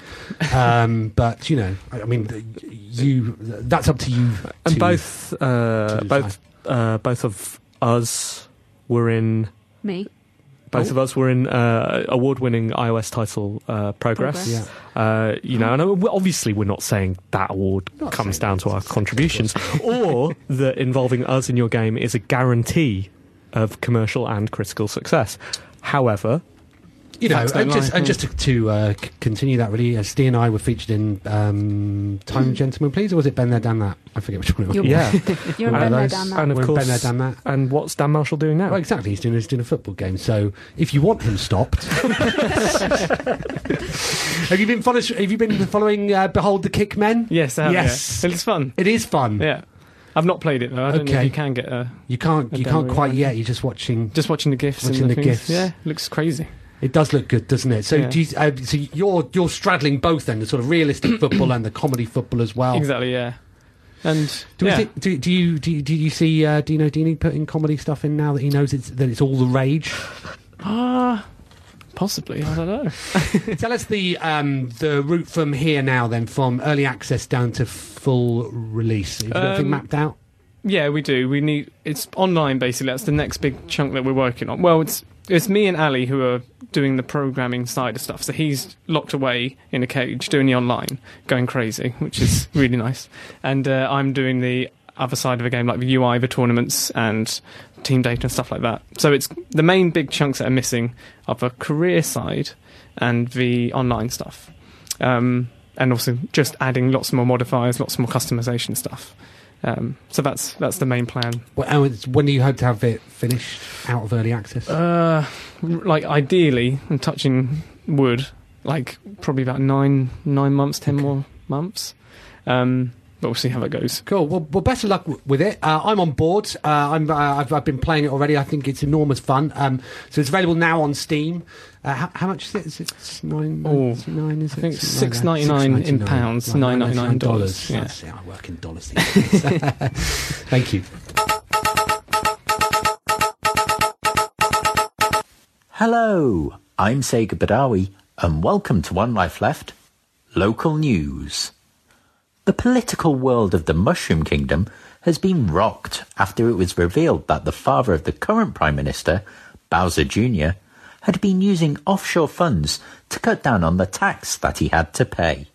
Um, but you know, I, I mean, th- you that's up to you.
And
to-
both uh,
to
both uh, both of us were in
Me.
Oh.
Both of us were in uh, award-winning iOS title uh, Progress.
Progress.
Uh, you know, and we- obviously we're not saying that award comes down to our contributions, or that involving us in your game is a guarantee of commercial and critical success. However,
you know,
Facts don't
and just,
lie.
and just to, to uh, c- continue that, really, uh, Steve and I were featured in um, Time, Gentlemen, Please, or was it Ben There, Done That? I forget which one it was.
You're-
yeah,
You're
One
a
of
there,
those.
damn that.
and of
We're in
course,
Ben There, Done That.
and what's Dan Marshall doing
Oh.
now?
Well, exactly. He's doing, he's doing a football game. So if you want him stopped, have you been follow- Have you been following uh, Behold the Kick Men?
Yes, I have,
Yes.
yeah. it's fun.
It is fun.
Yeah, I've not played it though. I don't know
Okay.
if you can get. Uh,
You can't.
I
You
don't
can't
really
quite
like
yet. You're just watching.
just watching the gifs.
Watching
and
the
things.
GIFs.
Yeah, looks crazy.
It does look good, doesn't it? So,
Yeah.
do you, uh, so you're you're straddling both then the sort of realistic football and the comedy football as well.
Exactly. Yeah, and
Do, we
yeah.
think, do, do you do you, do you see uh, Dino Dini putting comedy stuff in now that he knows it's, that it's all the rage?
Ah, possibly. I don't know.
Tell us the um, the route from here now then from early access down to full release. Have you got everything
Um,
mapped out?
Yeah, we do. We need it's online basically. That's the next big chunk that we're working on. Well, it's it's me and Ali who are doing the programming side of stuff. So he's locked away in a cage doing the online, going crazy, which is really nice. And uh, I'm doing the other side of a game, like the UI, the tournaments, and team data and stuff like that. So it's the main big chunks that are missing are the career side and the online stuff, um, and also just adding lots more modifiers, lots more customization stuff. Um, so that's that's the main plan.
Well, oh, it's- When do you hope to have it finished out of early access?
Uh, like ideally, I'm touching wood. Like probably about nine nine months, ten more months. Um, but we'll see how that goes.
Cool. Well, well, best of luck w- with it. Uh, I'm on board. Uh, I'm, uh, I've, I've been playing it already. I think it's enormous fun. Um, so it's available now on Steam. Uh, how, how much is it? Is it s- nine?
Oh,
is it nine is
I
it?
think it's
Something like that.
$6.99 in
$6.99,
pounds,
like
$9.99
$9.99.
yeah.
That's it. I work in dollars. these days. Thank you.
Hello, I'm Sega Badawi, and welcome to One Life Left Local News. The political world of the Mushroom Kingdom has been rocked after it was revealed that the father of the current Prime Minister, Bowser Jr., had been using offshore funds to cut down on the tax that he had to pay.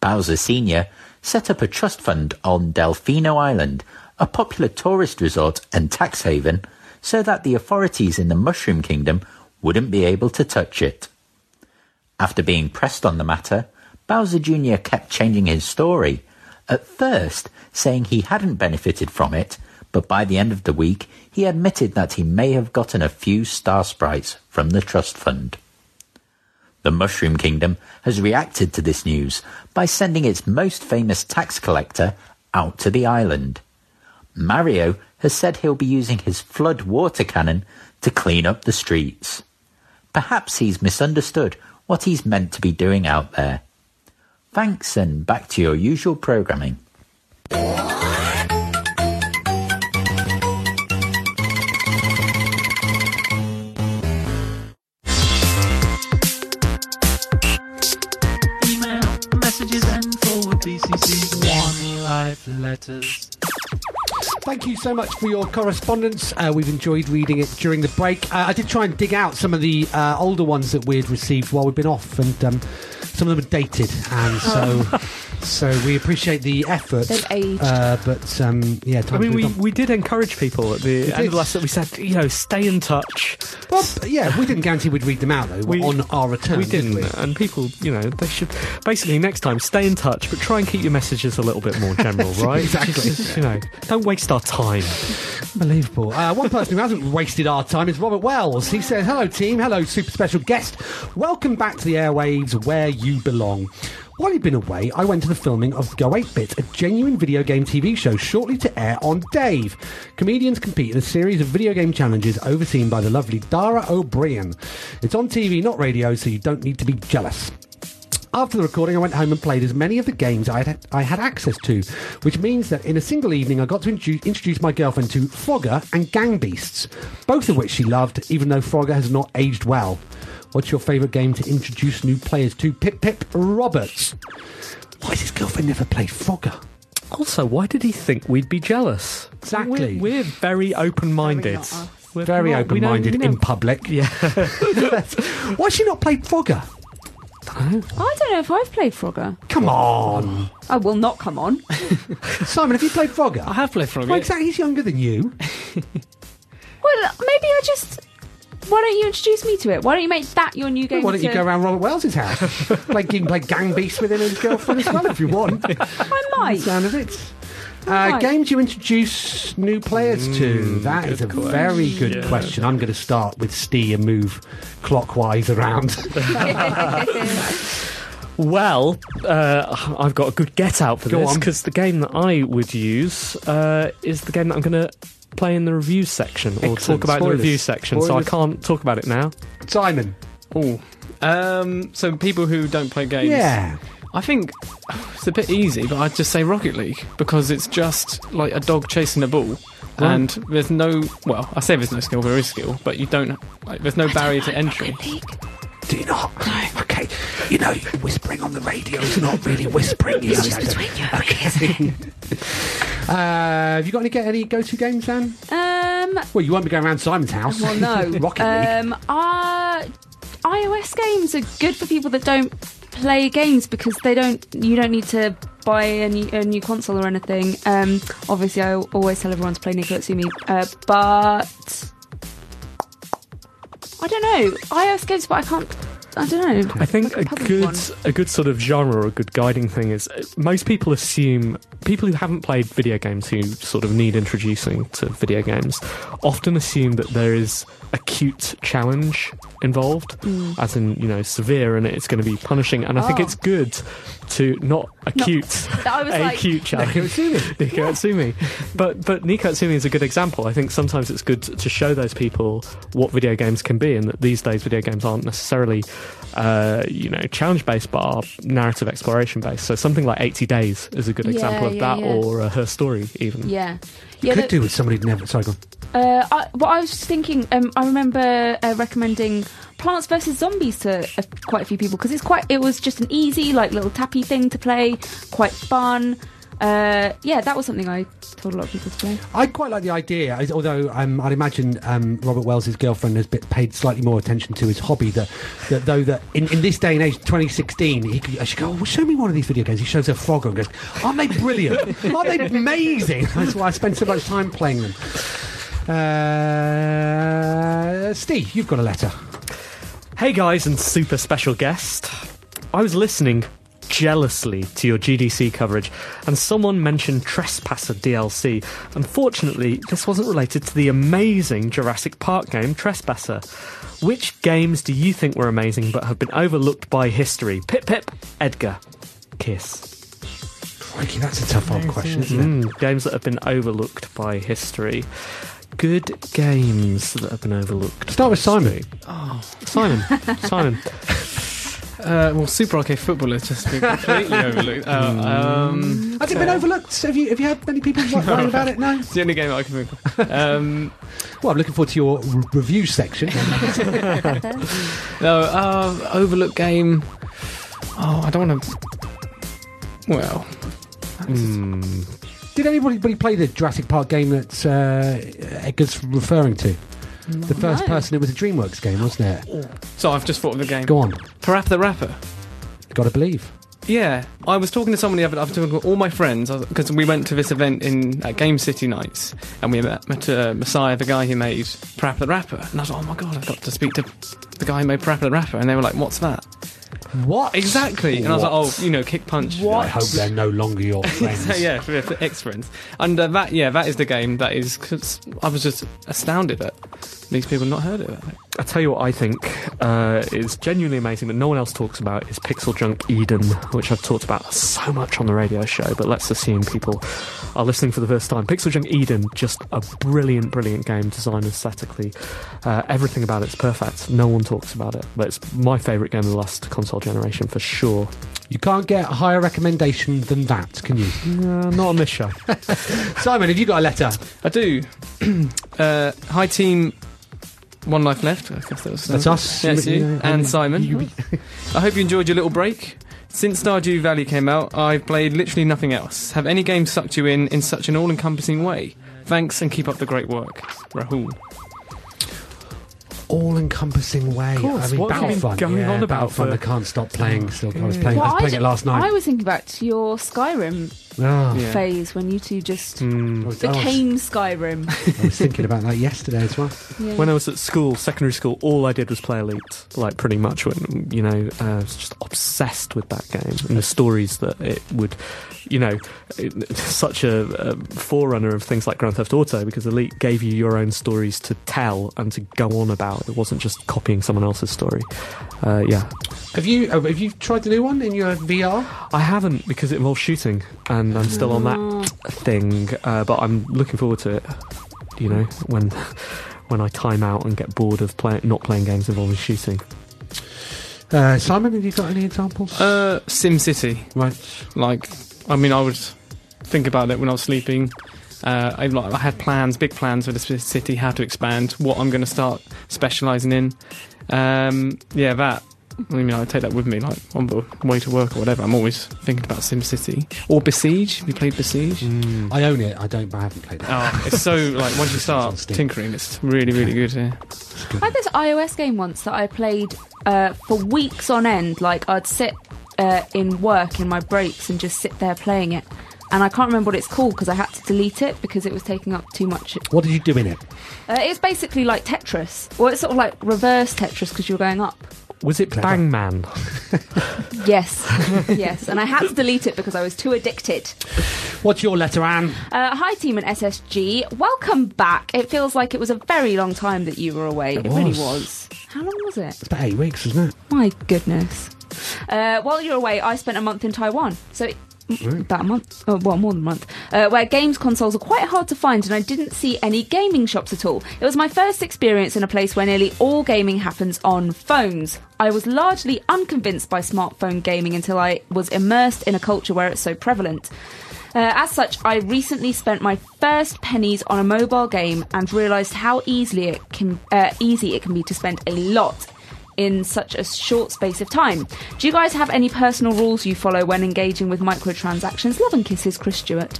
Bowser Sr. set up a trust fund on Delfino Island, a popular tourist resort and tax haven, so that the authorities in the Mushroom Kingdom wouldn't be able to touch it. After being pressed on the matter, Bowser Jr. kept changing his story, at first saying he hadn't benefited from it, but by the end of the week he admitted that he may have gotten a few star sprites from the trust fund. The Mushroom Kingdom has reacted to this news by sending its most famous tax collector out to the island. Mario has said he'll be using his flood water cannon to clean up the streets. Perhaps he's misunderstood what he's meant to be doing out there. Thanks and back to your usual programming.
Email, messages, and forward BCC. One life letters.
Thank you so much for your correspondence. Uh, we've enjoyed reading it during the break. Uh, I did try and dig out some of the uh, older ones that we'd received while we've been off, and um, some of them are dated, and so so we appreciate the effort.
Oh. They've aged.
uh, but um, yeah,
I
time
mean,
to
we,
move on.
we did encourage people at the end
did.
of last that we said, you know, stay in touch.
Well, yeah, we didn't guarantee we'd read them out though
We-
on our return.
we
did
didn't,
we?
and people, you know, they should basically next time stay in touch, but try and keep your messages a little bit more general, right?
Exactly.
Just, you know, don't waste our time.
Unbelievable. Uh, one person who hasn't wasted our time is Robert Wells. He says, Hello, team. Hello, super special guest. Welcome back to the airwaves where you belong. While you've been away, I went to the filming of Go 8 Bit, a genuine video game TV show shortly to air on Dave. Comedians compete in a series of video game challenges overseen by the lovely Dara O'Brien. It's on TV, not radio, so you don't need to be jealous. After the recording, I went home and played as many of the games I had, I had access to, which means that in a single evening, I got to introduce, introduce my girlfriend to Frogger and Gang Beasts, both of which she loved, even though Frogger has not aged well. What's your favourite game to introduce new players to? Pip Pip Roberts. Why has his girlfriend never played Frogger?
Also, why did he think we'd be jealous?
Exactly.
We're, we're very open minded.
Not us.
We're
Very
not- we
open
don't-
minded
we
in
don't-
public.
Yeah.
Why has she not played Frogger?
I don't know if I've played Frogger.
Come on.
I will not come on.
Simon, have you played Frogger?
I have played Frogger.
Well, exactly. He's younger than you.
Well, maybe I just. Why don't you introduce me to it? Why don't you make that your new game?
Why don't you
to-
go around Robert Wells's house? like you can play Gang Beast with him and his girlfriend as well if you want.
I might.
Sound of it. Uh,
Right.
games you introduce new players to. That is a very good
Yeah.
question. I'm going to start with Stee and move clockwise around.
Well, uh, I've got a good get out for
Go
this
on.
because the game that I would use uh, is the game that I'm going to play in the review section or
Excellent.
talk about in
Spoilers.
the review section.
Spoilers.
So I can't talk about it now.
Simon.
Oh, um, so people who don't play games.
Yeah.
I think it's a bit easy, but I'd just say Rocket League because it's just like a dog chasing a ball. And there's no, well, I say there's no skill, there is skill, but you don't, like, there's no barrier to entry.
Do you not? Okay. You know, whispering on the radio is not really whispering. You know, okay. uh, have you got any, get any go-to games, Dan?
Um.
Well, you won't be going around Simon's house.
Well, no.
Uh, Rocket League.
um. Uh, iOS games are good for people that don't play games because they don't. You don't need to buy a new, a new console or anything. Um. Obviously, I always tell everyone to play Nico Sumi, uh, but I don't know iOS games, but I can't. I don't know.
I think a
Like puzzle
good
one.
a good sort of genre or a good guiding thing is uh, most people assume people who haven't played video games who sort of need introducing to video games often assume that there is acute challenge involved
Hmm.
as in you know severe and it's going to be punishing and I think
Oh.
it's good to not acute
I was
a
like-
cute challenge Nico Atsumi. But but Nico Atsumi is a good example. I think sometimes it's good to show those people what video games can be, and that these days video games aren't necessarily uh, you know challenge based, but are narrative exploration based. So something like 80 Days is a good
Yeah,
example of
yeah,
that,
yeah.
or uh, Her Story even.
Yeah.
Could
Yeah, the-
do with somebody who'd never. Sorry, go on.
Uh, I, what I was just thinking, um, I remember uh, recommending Plants vs Zombies to uh, quite a few people because it's quite. It was just an easy, like little tappy thing to play, quite fun. Uh, yeah, that was something I told a lot of people to play.
I quite like the idea, I- although um, I'd imagine um, Robert Wells' girlfriend has bit, paid slightly more attention to his hobby. That, that though that in, in this day and age, 2016, he could, she go, oh, well, show me one of these video games. He shows her Frogger and goes, aren't they brilliant? aren't they amazing? That's why I spend so much time playing them. Uh, Steve, you've got a letter.
Hey guys, and super special guest. I was listening jealously to your GDC coverage, and someone mentioned Trespasser DLC. Unfortunately, this wasn't related to the amazing Jurassic Park game Trespasser. Which games do you think were amazing but have been overlooked by history? Pip Pip, Edgar, Kiss.
Crikey, that's a tough old question, isn't it?
Mm, games that have been overlooked by history. Good games that have been overlooked.
Start with Simon.
Simon, Simon.
Uh, well, Super Arcade Football has just been completely overlooked. Uh, um,
Has it been overlooked? Have you, have you had many people writing about it? No?
it's the only game I can think of. Um,
Well, I'm looking forward to your r- review section.
No, uh, Overlook game. Oh, I don't want to. Well,
Did anybody play the Jurassic Park game that uh, Edgar's referring to? The first
No.
person, it was a DreamWorks game, wasn't it?
so I've just thought of the game.
Go on,
Parappa the Rapper.
gotta believe.
Yeah, I was talking to someone the other. I was talking to all my friends because we went to this event in at Game City Nights, and we met, met uh, Messiah, the guy who made Parappa the Rapper. And I was like, oh my god, I've got to speak to the guy who made Parappa the Rapper. And they were like, what's that?
What?
Exactly. And I was like, oh, you know, kick punch.
I hope they're no longer your friends.
yeah, for, for ex friends. And uh, that, yeah, that is the game that is. Cause I was just astounded at these people not heard of it.
I tell you what I think uh, is genuinely amazing that no one else talks about is Pixel Junk Eden, which I've talked about so much on the radio show. But let's assume people are listening for the first time. Pixel Junk Eden, just a brilliant, brilliant game designed aesthetically. Uh, everything about it's perfect. No one talks about it, but it's my favourite game of the last console generation for sure.
You can't get a higher recommendation than that, can you?
Uh, not on this show.
Simon, have you got a letter?
I do. uh, hi, team. One life left. I guess that was
That's us.
Yeah, it's you.
Yeah,
and
yeah.
Simon. I hope you enjoyed your little break. Since Stardew Valley came out, I've played literally nothing else. Have any games sucked you in in such an all-encompassing way? Thanks and keep up the great work, Rahul.
all-encompassing way.
Of course,
I mean,
what have you been
Battlefront,
going
yeah,
on about
Battlefront.
for-
I can't stop playing. Still, I was playing.
Well,
I was playing
ju-
it last night.
I was thinking about your Skyrim
Ah.
phase when you two just
Mm. Hmm.
I was- I was-
became Skyrim.
I was thinking about that yesterday as well.
Yeah.
When I was at school, secondary school, all I did was play Elite. Like, pretty much, when, you know, uh, I was just obsessed with that game and the stories that it would, you know, it, such a, a forerunner of things like Grand Theft Auto because Elite gave you your own stories to tell and to go on about. It wasn't just copying someone else's story. Uh, yeah.
Have you uh, have you tried the new one in your VR?
I haven't because it involves shooting and I'm still on
Oh.
that thing, uh, but I'm looking forward to it, you know, when. When I time out and get bored of play- not playing games involving shooting,
Uh, Simon, have you got any examples?
Uh, SimCity.
right.
Like, I mean, I would think about it when I was sleeping. Uh, I, like, I had plans, big plans for the c- city, how to expand, what I'm going to start specialising in. Um, yeah, that. I mean, I take that with me, like on the way to work or whatever. I'm always thinking about SimCity or Besiege. Have you played Besiege?
I own it. I don't. I haven't played it.
Oh, it's so like once you start
Sounds deep.
tinkering, it's really, really good. Yeah.
I had this iOS game once that I played uh, for weeks on end. Like I'd sit uh, in work in my breaks and just sit there playing it. And I can't remember what it's called because I had to delete it because it was taking up too much.
What did you do in it?
Uh, it's basically like Tetris. Well, it's sort of like reverse Tetris because you're going up.
was it
Clever.
Bang Man?
Yes, yes. And I had to delete it because I was too addicted.
What's your letter, Anne?
Uh, hi, team at SSG. Welcome back. It feels like it was a very long time that you were away. It, really
was.
was. How long was it?
It's about eight weeks, isn't it?
My goodness. Uh, while you're away, I spent a month in Taiwan. So. About a month, oh, well, more than a month, uh, where games consoles are quite hard to find, and I didn't see any gaming shops at all. It was my first experience in a place where nearly all gaming happens on phones. I was largely unconvinced by smartphone gaming until I was immersed in a culture where it's so prevalent. Uh, as such, I recently spent my first pennies on a mobile game and realised how easily it can uh, easy it can be to spend a lot in such a short space of time. Do you guys have any personal rules you follow when engaging with microtransactions? Love and kisses, Chris Stewart.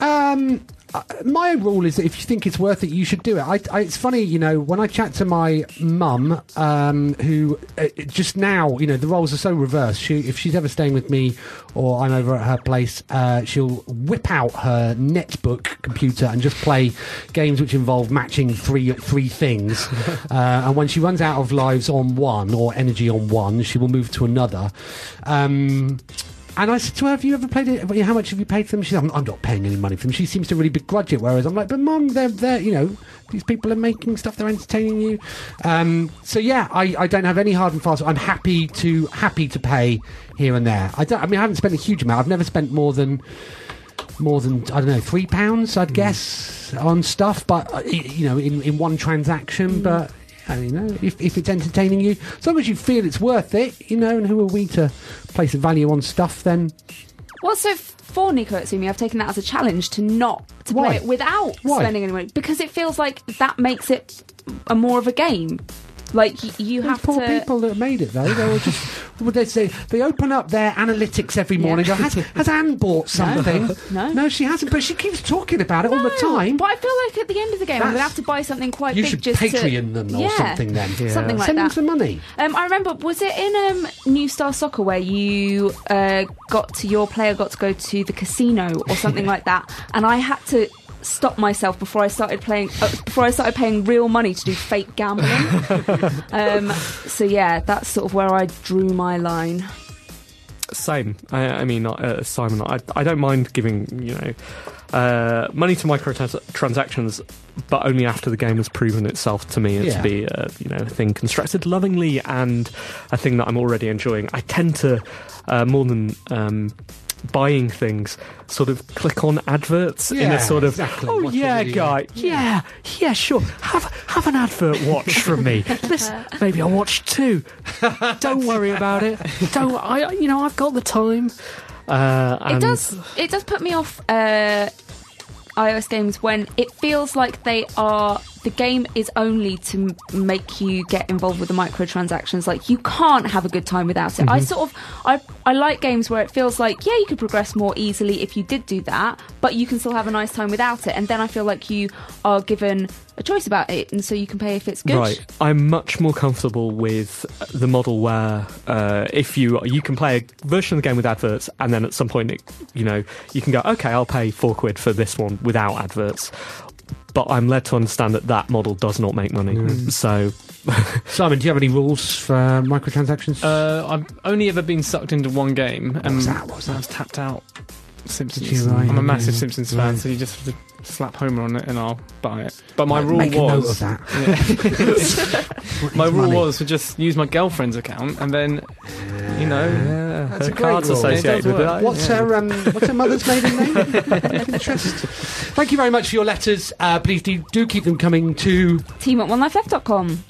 Um, uh, my rule is that if you think it's worth it, you should do it. I, I, it's funny, you know, when I chat to my mum, um, who uh, just now, you know, the roles are so reversed. She, if she's ever staying with me or I'm over at her place, uh, she'll whip out her netbook computer and just play games which involve matching three three things. uh, and when she runs out of lives on one or energy on one, she will move to another. Um, and I said to her, "Have you ever played it? How much have you paid for them?" She said, "I'm, I'm not paying any money for them." She seems to really begrudge it. Whereas I'm like, "But mum, they're they're you know these people are making stuff. They're entertaining you." Um, so yeah, I, I don't have any hard and fast. I'm happy to happy to pay here and there. I don't. I mean, I haven't spent a huge amount. I've never spent more than more than I don't know three pounds, I'd guess, on stuff. But uh, y- you know, in in one transaction, but. I mean, you know, if, if it's entertaining you, as long as you feel it's worth it, you know, and who are we to place a value on stuff, then
Well, so f- for Nico Atsumi, I've taken that as a challenge to not to
Why?
play it without
Why?
spending any money because it feels like that makes it a more of a game. Like y- you
Those
have
poor
to.
people that made it though, they were just well, they say they open up their analytics every
Yeah.
morning. Go, has, has Anne bought something?
No.
no, she hasn't. But she keeps talking about it all the
No,
time.
But I feel like at the end of the game, I'm going to
That's-
have to buy something quite
You
big
should
just
Patreon
to,
them or
Yeah.
something then.
Something like
Send them
that.
some money.
Um, I remember, was it in um, New Star Soccer where you uh, got to your player got to go to the casino or something like that, and I had to stop myself before I started playing uh, before I started paying real money to do fake gambling. um, so yeah, that's sort of where I drew my line.
Same. I, I mean, uh, Simon, I, I don't mind giving you know uh, money to microtransactions, but only after the game has proven itself to me
Yeah.
to be a you know a thing constructed lovingly and a thing that I'm already enjoying. I tend to uh, more than. Um, Buying things, sort of click on adverts in
Yeah,
a sort of
exactly.
oh
Watch a
yeah,
video."
guy, yeah, yeah, sure. Have have an advert watch from me. Listen, maybe I'll watch two. Don't worry about it. Don't I? You know, I've got the time. Uh, and
It does. It does put me off uh, iOS games when it feels like they are the game is only to m- make you get involved with the microtransactions. Like you can't have a good time without it. I
Mm-hmm.
Mhm.
sort of I I like games where it feels like yeah you could progress more easily if you did do that, but you can still have a nice time without it. And then I feel like you are given a choice about it, and so you can pay if it's good.
Right, I'm much more comfortable with the model where uh, if you you can play a version of the game with adverts, and then at some point, it, you know, you can go, okay, I'll pay four quid for this one without adverts. But I'm led to understand that that model does not make money.
Mm.
So,
Simon, do you have any rules for microtransactions?
Uh, um, I've only ever been sucked into one game, and
was that? What was that?
I was tapped out. Simpsons.
Did you? Right,
I'm a
okay,
massive
yeah.
Simpsons fan,
Right.
so you just have to slap Homer on it, and I'll buy it. But my
Right,
rule
make a note
was
of
that. my
his
rule
money.
was to just use my girlfriend's account, and then you know,
That's
her
a great
cards
rule.
associated
It does
with
work.
it.
What's
Yeah.
her um, What's her mother's maiden name? Interest. Thank you very much for your letters. Uh, please do, do keep them coming to.
Team at onelifeleft.com.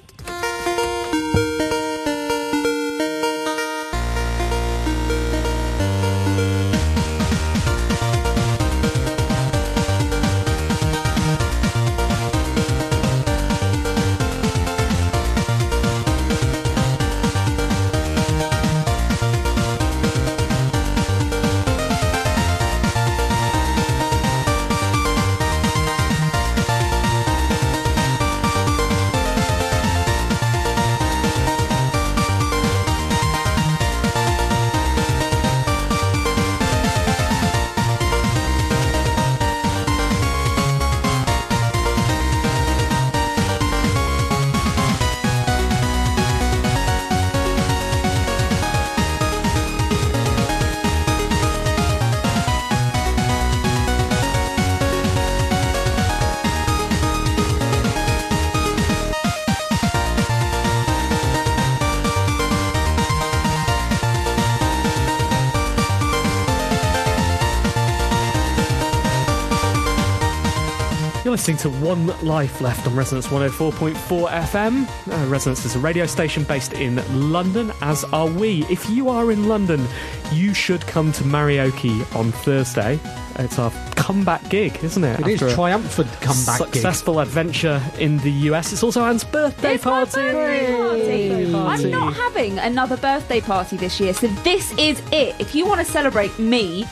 You're listening to One Life Left on Resonance 104.4 FM. Uh, Resonance is a radio station based in London, as are we. If you are in London, you should come to Marioki on Thursday. It's our comeback gig, isn't it?
It is
a
triumphant comeback gig.
Successful adventure in the US. It's also Anne's birthday party. Birthday party.
I'm not having another birthday party this year, so this is it. If you want to celebrate me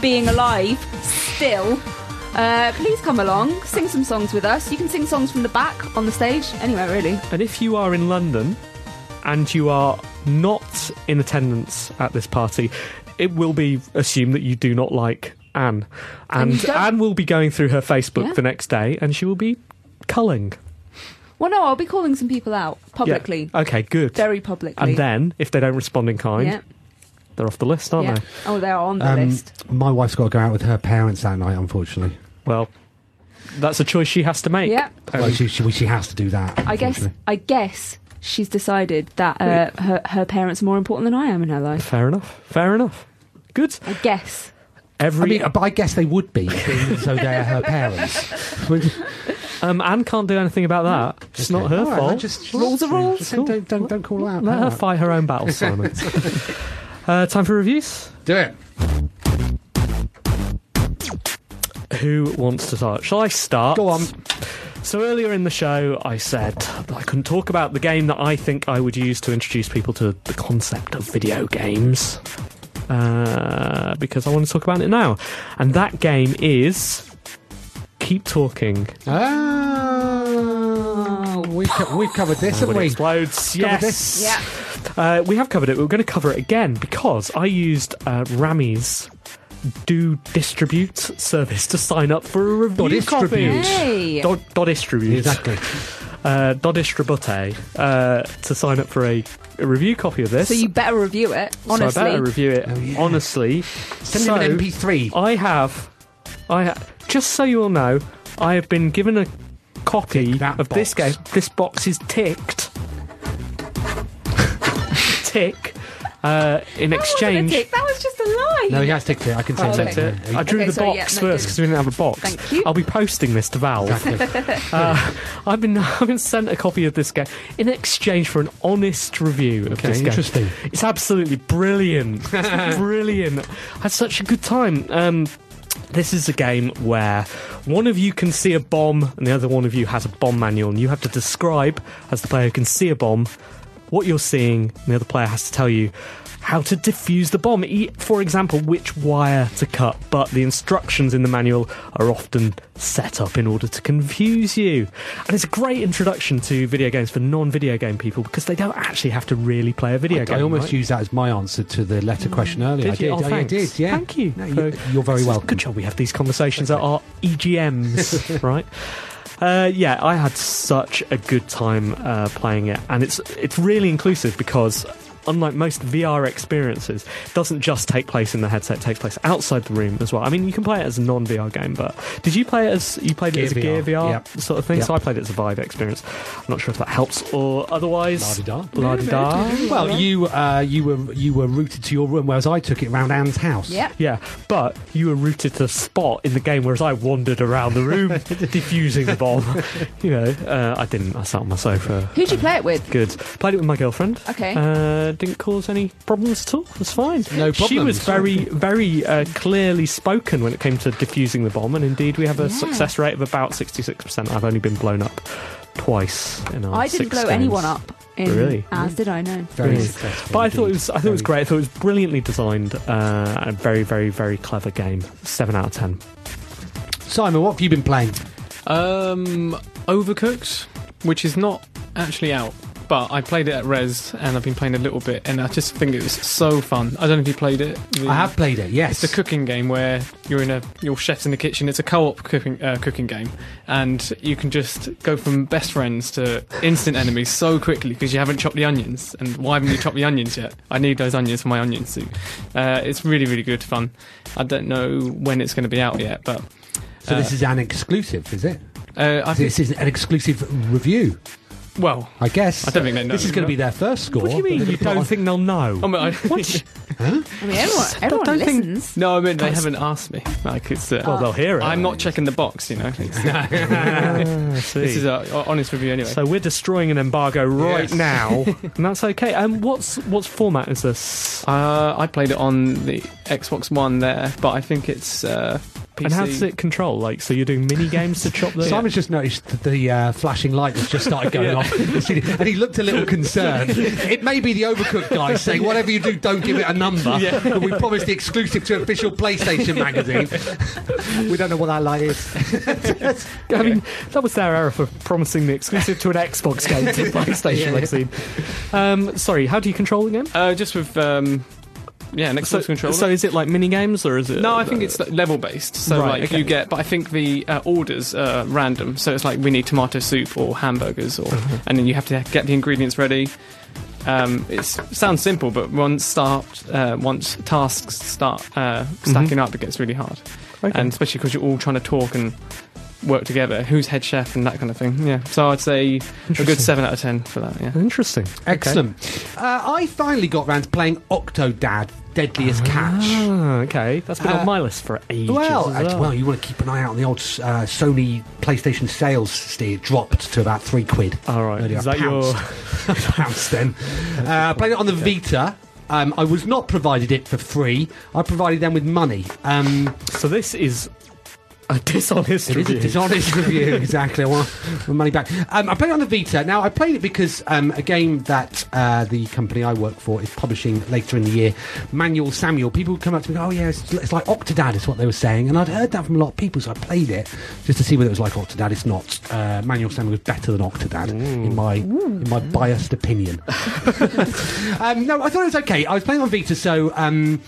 being alive still, uh, please come along, sing some songs with us. You can sing songs from the back on the stage, anywhere really.
And if you are in London and you are not in attendance at this party, it will be assumed that you do not like Anne. And,
And you don't-
Anne will be going through her Facebook
Yeah.
the next day and she will be culling.
Well, no, I'll be calling some people out
Yeah.
publicly,
Okay, good.
very publicly.
and then, if they don't respond in kind,
yeah,
they're off the list, aren't
yeah.
they?
Oh, they're on the list.
my wife's got to go out with her parents that night, unfortunately.
Well, that's a choice she has to make.
Yeah.
Well, she, she, she has to do that.
I guess.
unfortunately.
I guess she's decided that uh, her her parents are more important than I am in her life.
Fair enough. Fair enough. Good.
I guess.
I
Every
mean, uh, but I guess they would be, being so they are her parents.
um, Anne can't do anything about that. It's not her
All right,
fault.
Just,
rules are rules.
Just don't, don't, don't, don't call her out.
Let
call her
her
out.
fight her own battle, Simon. uh, time for reviews.
Do it.
Who wants to start? Shall I start?
Go on.
So earlier in the show, I said that I couldn't talk about the game that I think I would use to introduce people to the concept of video games uh, because I want to talk about it now, and that game is. Keep talking.
Ah, we've, co- we've covered this,
When
haven't
it
we?
explodes.
Covered
Yes.
this?
Yeah.
Uh, we have covered it. but We're going to cover it again because I used uh, Rami's Do Distribute service to sign up for a review
Distribute.
copy.
Hey.
Do, do Distribute.
Exactly.
Uh, do Distribute uh, to sign up for a, a review copy of this.
So you better review it,
So
honestly.
I better review
Oh,
it honestly.
Send
so
him an MP3.
I have, I ha- just so you all know, I have been given a copy
Tick
of
that
this game.
box.
This box is ticked. Tick. Uh, in
That wasn't a
exchange,
Oh, tick, That was just a lie.
No, he has ticked it. I can see
Oh,
that.
okay.
Yeah, he-
I drew
Okay,
the
so
box
yeah, no,
first
good.
because we didn't have a box.
Thank you.
I'll be posting this to Valve. Uh, I've been I've been sent a copy of this game in exchange for an honest review of
Okay,
this game.
interesting.
It's absolutely brilliant. It's brilliant. I had such a good time. Um, This is a game where one of you can see a bomb and the other one of you has a bomb manual, and you have to describe, as the player who can see a bomb, what you're seeing, and the other player has to tell you how to defuse the bomb. E- For example, which wire to cut, but the instructions in the manual are often set up in order to confuse you. And it's a great introduction to video games for non video game people because they don't actually have to really play a video
I,
game.
I almost
right?
used that as my answer to the letter question
Did
earlier. I
you?
did.
Oh,
I- I
thanks.
did. Yeah.
Thank you.
No,
for-
you, you're very
This is
welcome.
Good job we have these conversations at our EGMs, right? Uh, yeah, I had such a good time uh, playing it, and it's it's really inclusive because. Unlike most VR experiences, it doesn't just take place in the headset; it takes place outside the room as well. I mean, you can play it as a non-VR game, but did you play it as you played it
Gear
as a Gear
VR,
VR
yep.
sort of thing?
Yep.
So I played it as a Vive experience. I'm not sure if that helps or otherwise.
La-di-da.
La-di-da.
Well, you uh, you were you were rooted to your room, whereas I took it round Anne's house.
Yep.
Yeah, but you were rooted to the spot in the game, whereas I wandered around the room defusing the bomb. You know, uh, I didn't. I sat on my sofa.
Who'd you play it with?
Good. Played it with my girlfriend.
Okay.
Uh, didn't cause any problems at all. It was fine.
No
She was
problems.
very, very uh, clearly spoken when it came to defusing the bomb, and indeed we have a
Yeah.
success rate of about 66%. I've only been blown up twice in our
I didn't
six
blow
games.
anyone up in
Really?
ours, did I? No.
Very
Yes.
successful.
But I thought it
indeed.
was I thought it was
Very-
great. I thought it was brilliantly designed uh, and a very very very clever game. Seven out of ten.
Simon, what have you been playing?
Um, Overcooked, which is not actually out, but I played it at Res, and I've been playing a little bit, and I just think it was so fun. I don't know if you played it. The-
I have played it. Yes.
It's a cooking game where you're in a your chef's in the kitchen. It's a co-op cooking uh, cooking game, and you can just go from best friends to instant enemies so quickly because you haven't chopped the onions. And why haven't you chopped the onions yet? I need those onions for my onion soup. Uh, it's really really good fun. I don't know when it's going to be out yet, but
so
uh,
this is an exclusive, is it?
uh, I think
This is an exclusive review,
well.
I guess.
I don't think they know.
This is going to be their first score.
What do you mean? You don't think they'll know?
Oh, my, I,
I mean, everyone, everyone
don't think-
listens.
no, I mean they haven't asked me. Like it's uh,
well, they'll hear it.
I'm not checking the box, you know. It's-
this
this is a a honest review anyway.
so we're destroying an embargo right
Yes.
now, and that's okay. And what's what's format is this?
Uh, I played it on the Xbox One there, but I think it's uh, PC.
And how does it control? Like, so you're doing mini games to chop the.
Simon's just noticed that the uh, flashing light has just started going off, and he looked a little concerned. It may be the Overcooked guy saying, "Whatever you do, don't give it a number." But we promised the exclusive to official PlayStation magazine. we don't know what that light is.
I mean, that was their error for promising the exclusive to an Xbox game to PlayStation
Yeah.
magazine. Um, sorry, how do you control the game?
Uh, just with um, yeah, an Xbox
So,
controller.
so is it like mini games or is it?
no, I think it's like, level based. So
Right,
like
okay.
you get, but I think the uh, orders are random. So it's like we need tomato soup or hamburgers, or
Mm-hmm.
and then you have to get the ingredients ready. Um, it sounds simple, but once start uh, once tasks start uh,
Mm-hmm.
stacking up, it gets really hard,
Okay.
and especially because you're all trying to talk and work together. Who's head chef and that kind of thing. Yeah, so I'd say a good seven out of ten for that. Yeah.
Interesting.
Excellent. Uh, I finally got round to playing Octodad: Deadliest Catch.
Ah, okay. That's been
Uh,
on my list for ages.
Well,
as
uh, well, you want to keep an eye out on the old uh, Sony PlayStation sales. Steve. It dropped to about three quid.
All right.
Earlier.
Is that your-
Pounced. Pounced then? Uh, played it on the Vita. Um, I was not provided it for free. I provided them with money. Um,
so this is a dishonest
it is
review.
a dishonest review, exactly. I want my money back. Um, I played it on the Vita. Now, I played it because um, a game that uh, the company I work for is publishing later in the year, Manual Samuel. People would come up to me, oh, yeah, it's, it's like Octodad, is what they were saying. And I'd heard that from a lot of people, so I played it just to see whether it was like Octodad. It's not. Uh, Manual Samuel is better than Octodad, in my, in my biased opinion. Um, no, I thought it was okay. I was playing on Vita, so um,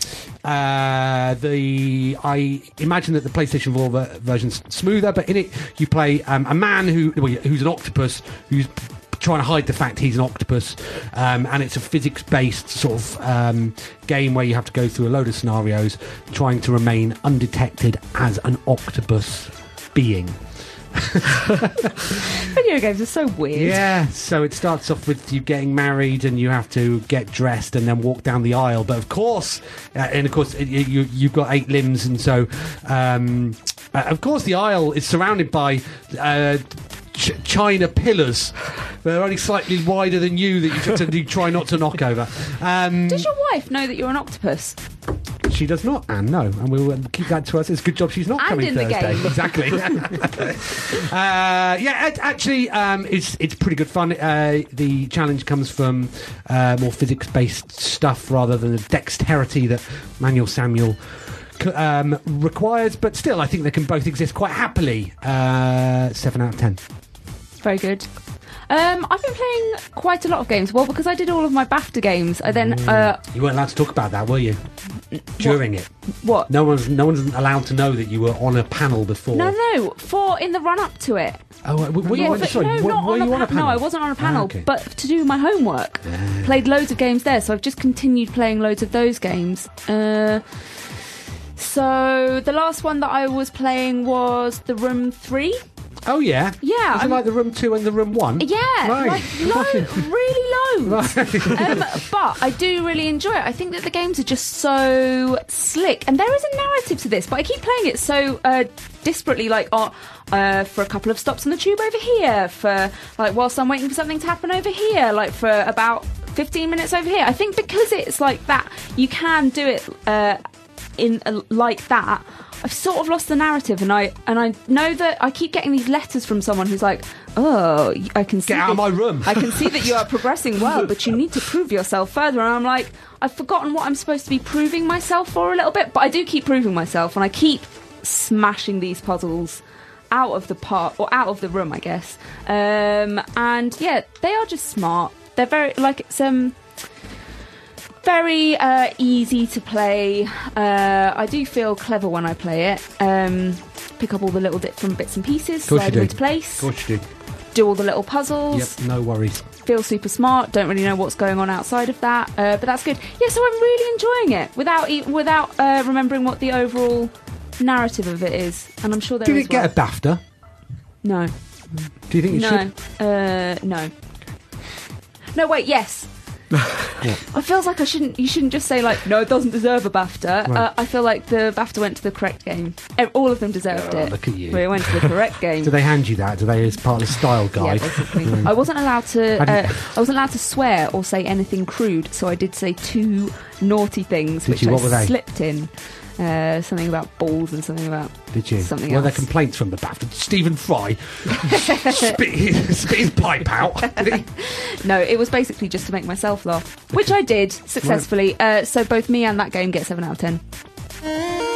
uh, the I imagine that the PlayStation 4 ver- version's smoother, but in it you play um, a man who well, who's an octopus who's p- trying to hide the fact he's an octopus, um, and it's a physics-based sort of um, game where you have to go through a load of scenarios trying to remain undetected as an octopus being.
Video games are so weird.
Yeah, so it starts off with you getting married and you have to get dressed and then walk down the aisle. But of course, uh, and of course, it, you, you- you've got eight limbs, and so um, uh, of course the aisle is surrounded by. Uh, Ch- China pillars. They're only slightly wider than you that you, t- you try not to knock over. Um,
Does your wife know that you're an octopus?
But she does not, Anne, no. And we'll um, keep that to us. It's a good job she's not
And
coming
in the
Thursday.
game.
Exactly. uh, yeah, it, actually, um, it's, it's pretty good fun. Uh, the challenge comes from uh, more physics based stuff rather than the dexterity that Manuel Samuel. c- Um, requires, but still, I think they can both exist quite happily. Uh, seven out of ten.
Very good. Um, I've been playing quite a lot of games. Well, because I did all of my BAFTA games, I then uh,
You weren't allowed to talk about that, were you? During it,
what?
no one's no one's allowed to know that you were on a panel before.
No, no, for in the run up to it.
Oh, wait, were
Yeah,
you on,
but
sorry,
no,
were,
not
were
on
you
a,
on a
pa-
panel? Ah,
No, I wasn't on a panel,
okay.
but to do my homework. Played loads of games there, so I've just continued playing loads of those games. Uh, so the last one that I was playing was The Room 3.
Oh yeah.
Yeah,
Is it
I'm-
like the room two and the room one?
Yeah,
Right.
like, no, really low.
Right.
um, but I do really enjoy it. I think that the games are just so slick, and there is a narrative to this. But I keep playing it so uh, disparately, like uh, uh, for a couple of stops on the tube over here, for like whilst I'm waiting for something to happen over here, like for about 15 minutes over here. I think because it's like that, you can do it uh, in uh, like that. I've sort of lost the narrative, and I and I know that I keep getting these letters from someone who's like, "Oh, I can see
Get out of
that-
my room."
I can see that you are progressing well, but you need to prove yourself further." And I'm like, I've forgotten what I'm supposed to be proving myself for a little bit, but I do keep proving myself, and I keep smashing these puzzles out of the part or out of the room, I guess. Um, and yeah, they are just smart. They're very like it's um very uh, easy to play. Uh, I do feel clever when I play it. Um, pick up all the little different bits and pieces,
Of course you
slide them
do.
into place,
Of course you do.
do all the little puzzles.
Yep. No worries.
Feel super smart. Don't really know what's going on outside of that, uh, but that's good. Yeah, so I'm really enjoying it without e- without uh, remembering what the overall narrative of it is, and I'm sure there
Did
is
it get a
one.
BAFTA?
No.
Do you think it
No,
should?
uh, no, no. Wait, yes. I feels like I shouldn't. You shouldn't just say like, no, it doesn't deserve a BAFTA. Uh,
Right.
I feel like the BAFTA went to the correct game. Eh, All of them deserved
Oh,
it.
look at you.
But it went to the correct game.
Do they hand you that? Do they as part of the style guide? Mm.
I wasn't allowed to.
How did-
Uh, I wasn't allowed to swear or say anything crude, so I did say two naughty things,
Did
which
you?
I
What were they?
slipped in. Uh, something about balls and something about
Did you?
something
Were there
else.
complaints from the BAFTA? Stephen Fry spit, his, spit his pipe out.
No, it was basically just to make myself laugh, which I did successfully. Uh, so both me and that game get 7 out of 10.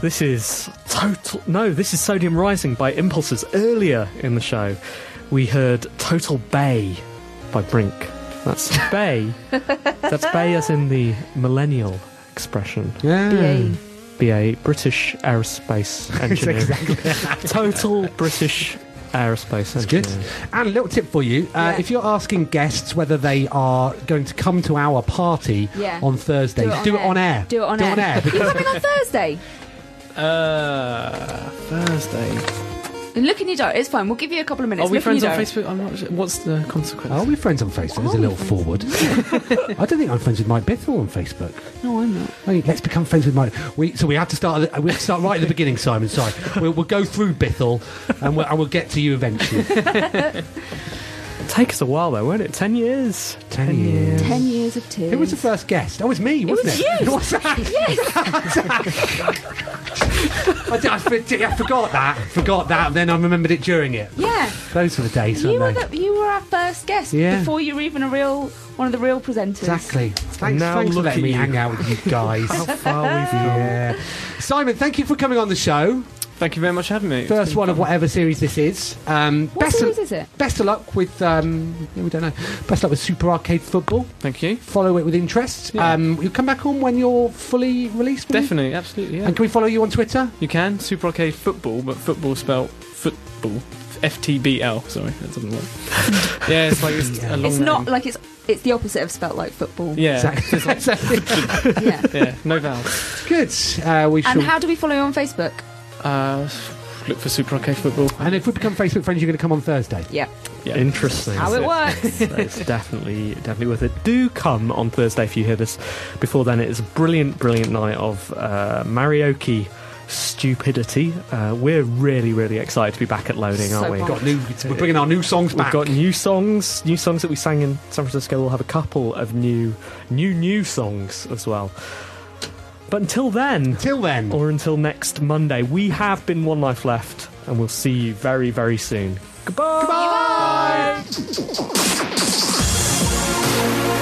This is total. No, this is Sodium Rising by Impulses. Earlier in the show, we heard Total Bay by Brink. That's Bay. That's Bay as in the millennial expression.
Hmm.
BAE.
BAE, British Aerospace Engineering. Total British Aerospace
That's good.
Engineering.
And a little tip for you: uh, if you're asking guests whether they are going to come to our party
Yeah.
on Thursday,
Do it on air. Do it on
do It
air.
on air
You're
because
coming on Thursday.
Uh, Thursday.
Ooh.
Look in your diary. It's fine. We'll give you a couple of minutes.
Are we
Look in
friends
your
on
diary.
Facebook? I'm not sure. What's the consequence?
Are we friends on Facebook? There's a little forward. I don't think I'm friends with Mike Bithell on Facebook.
No, I'm not.
I mean, let's become friends with Mike. We, so we have to start. at the- We have to start right at the beginning, Simon. Sorry, we'll, we'll go through Bithell, and we'll, and we'll get to you eventually.
Take us a while though, won't it? Ten years.
Ten, years.
Ten years of tears.
Who was the first guest? Oh, Hmm. it was me,
It was
wasn't it?
you.
was I, did- I for- I forgot that. Forgot that. And then I remembered it during it.
Yeah.
Those were the days,
You were,
weren't they?
the, you were our first guest
Yeah.
before you were even a real one of the real presenters.
Exactly. Thanks,
Now
thanks for
look
letting
at
me
you.
hang out with you guys.
How far we've come.
Yeah. Simon, thank you for coming on the show.
Thank you very much for having me. It's
First
been
one of
fun.
whatever series this is. Um,
What
best
series
of,
is it?
Best of luck with um, yeah, we don't know. Best of luck with Super Arcade Football.
Thank you.
Follow it with interest.
Yeah.
Um, you'll come back on when you're fully released. will you?
Definitely, absolutely, yeah.
And can we follow you on Twitter?
You can Super Arcade Football, but football spelled football. F T B L. Sorry, that doesn't work. yeah, it's like it's a long
It's
name.
not like it's it's the opposite of spelt like football.
Yeah,
Exactly.
Yeah.
yeah, no vowels.
Good. Uh, we shall.
And how do we follow you on Facebook?
Uh, look for Super Arcade Football.
and if we become Facebook friends, you're going to come on Thursday.
Yeah.
Yeah.
Interesting.
How it works.
It's definitely definitely worth it. Do come on Thursday if you hear this. Before then, it is a brilliant, brilliant night of uh, Marioki stupidity. Uh, we're really, really excited to be back at loading,
So
aren't Oh, we?
pumped.
Got new, we're bringing our new songs
We've
back.
got new songs, new songs that we sang in San Francisco. We'll have a couple of new, new, new songs as well. But until then,
Till then.
or until next Monday, we have been One Life Left, and we'll see you very, very soon. Goodbye.
Bye.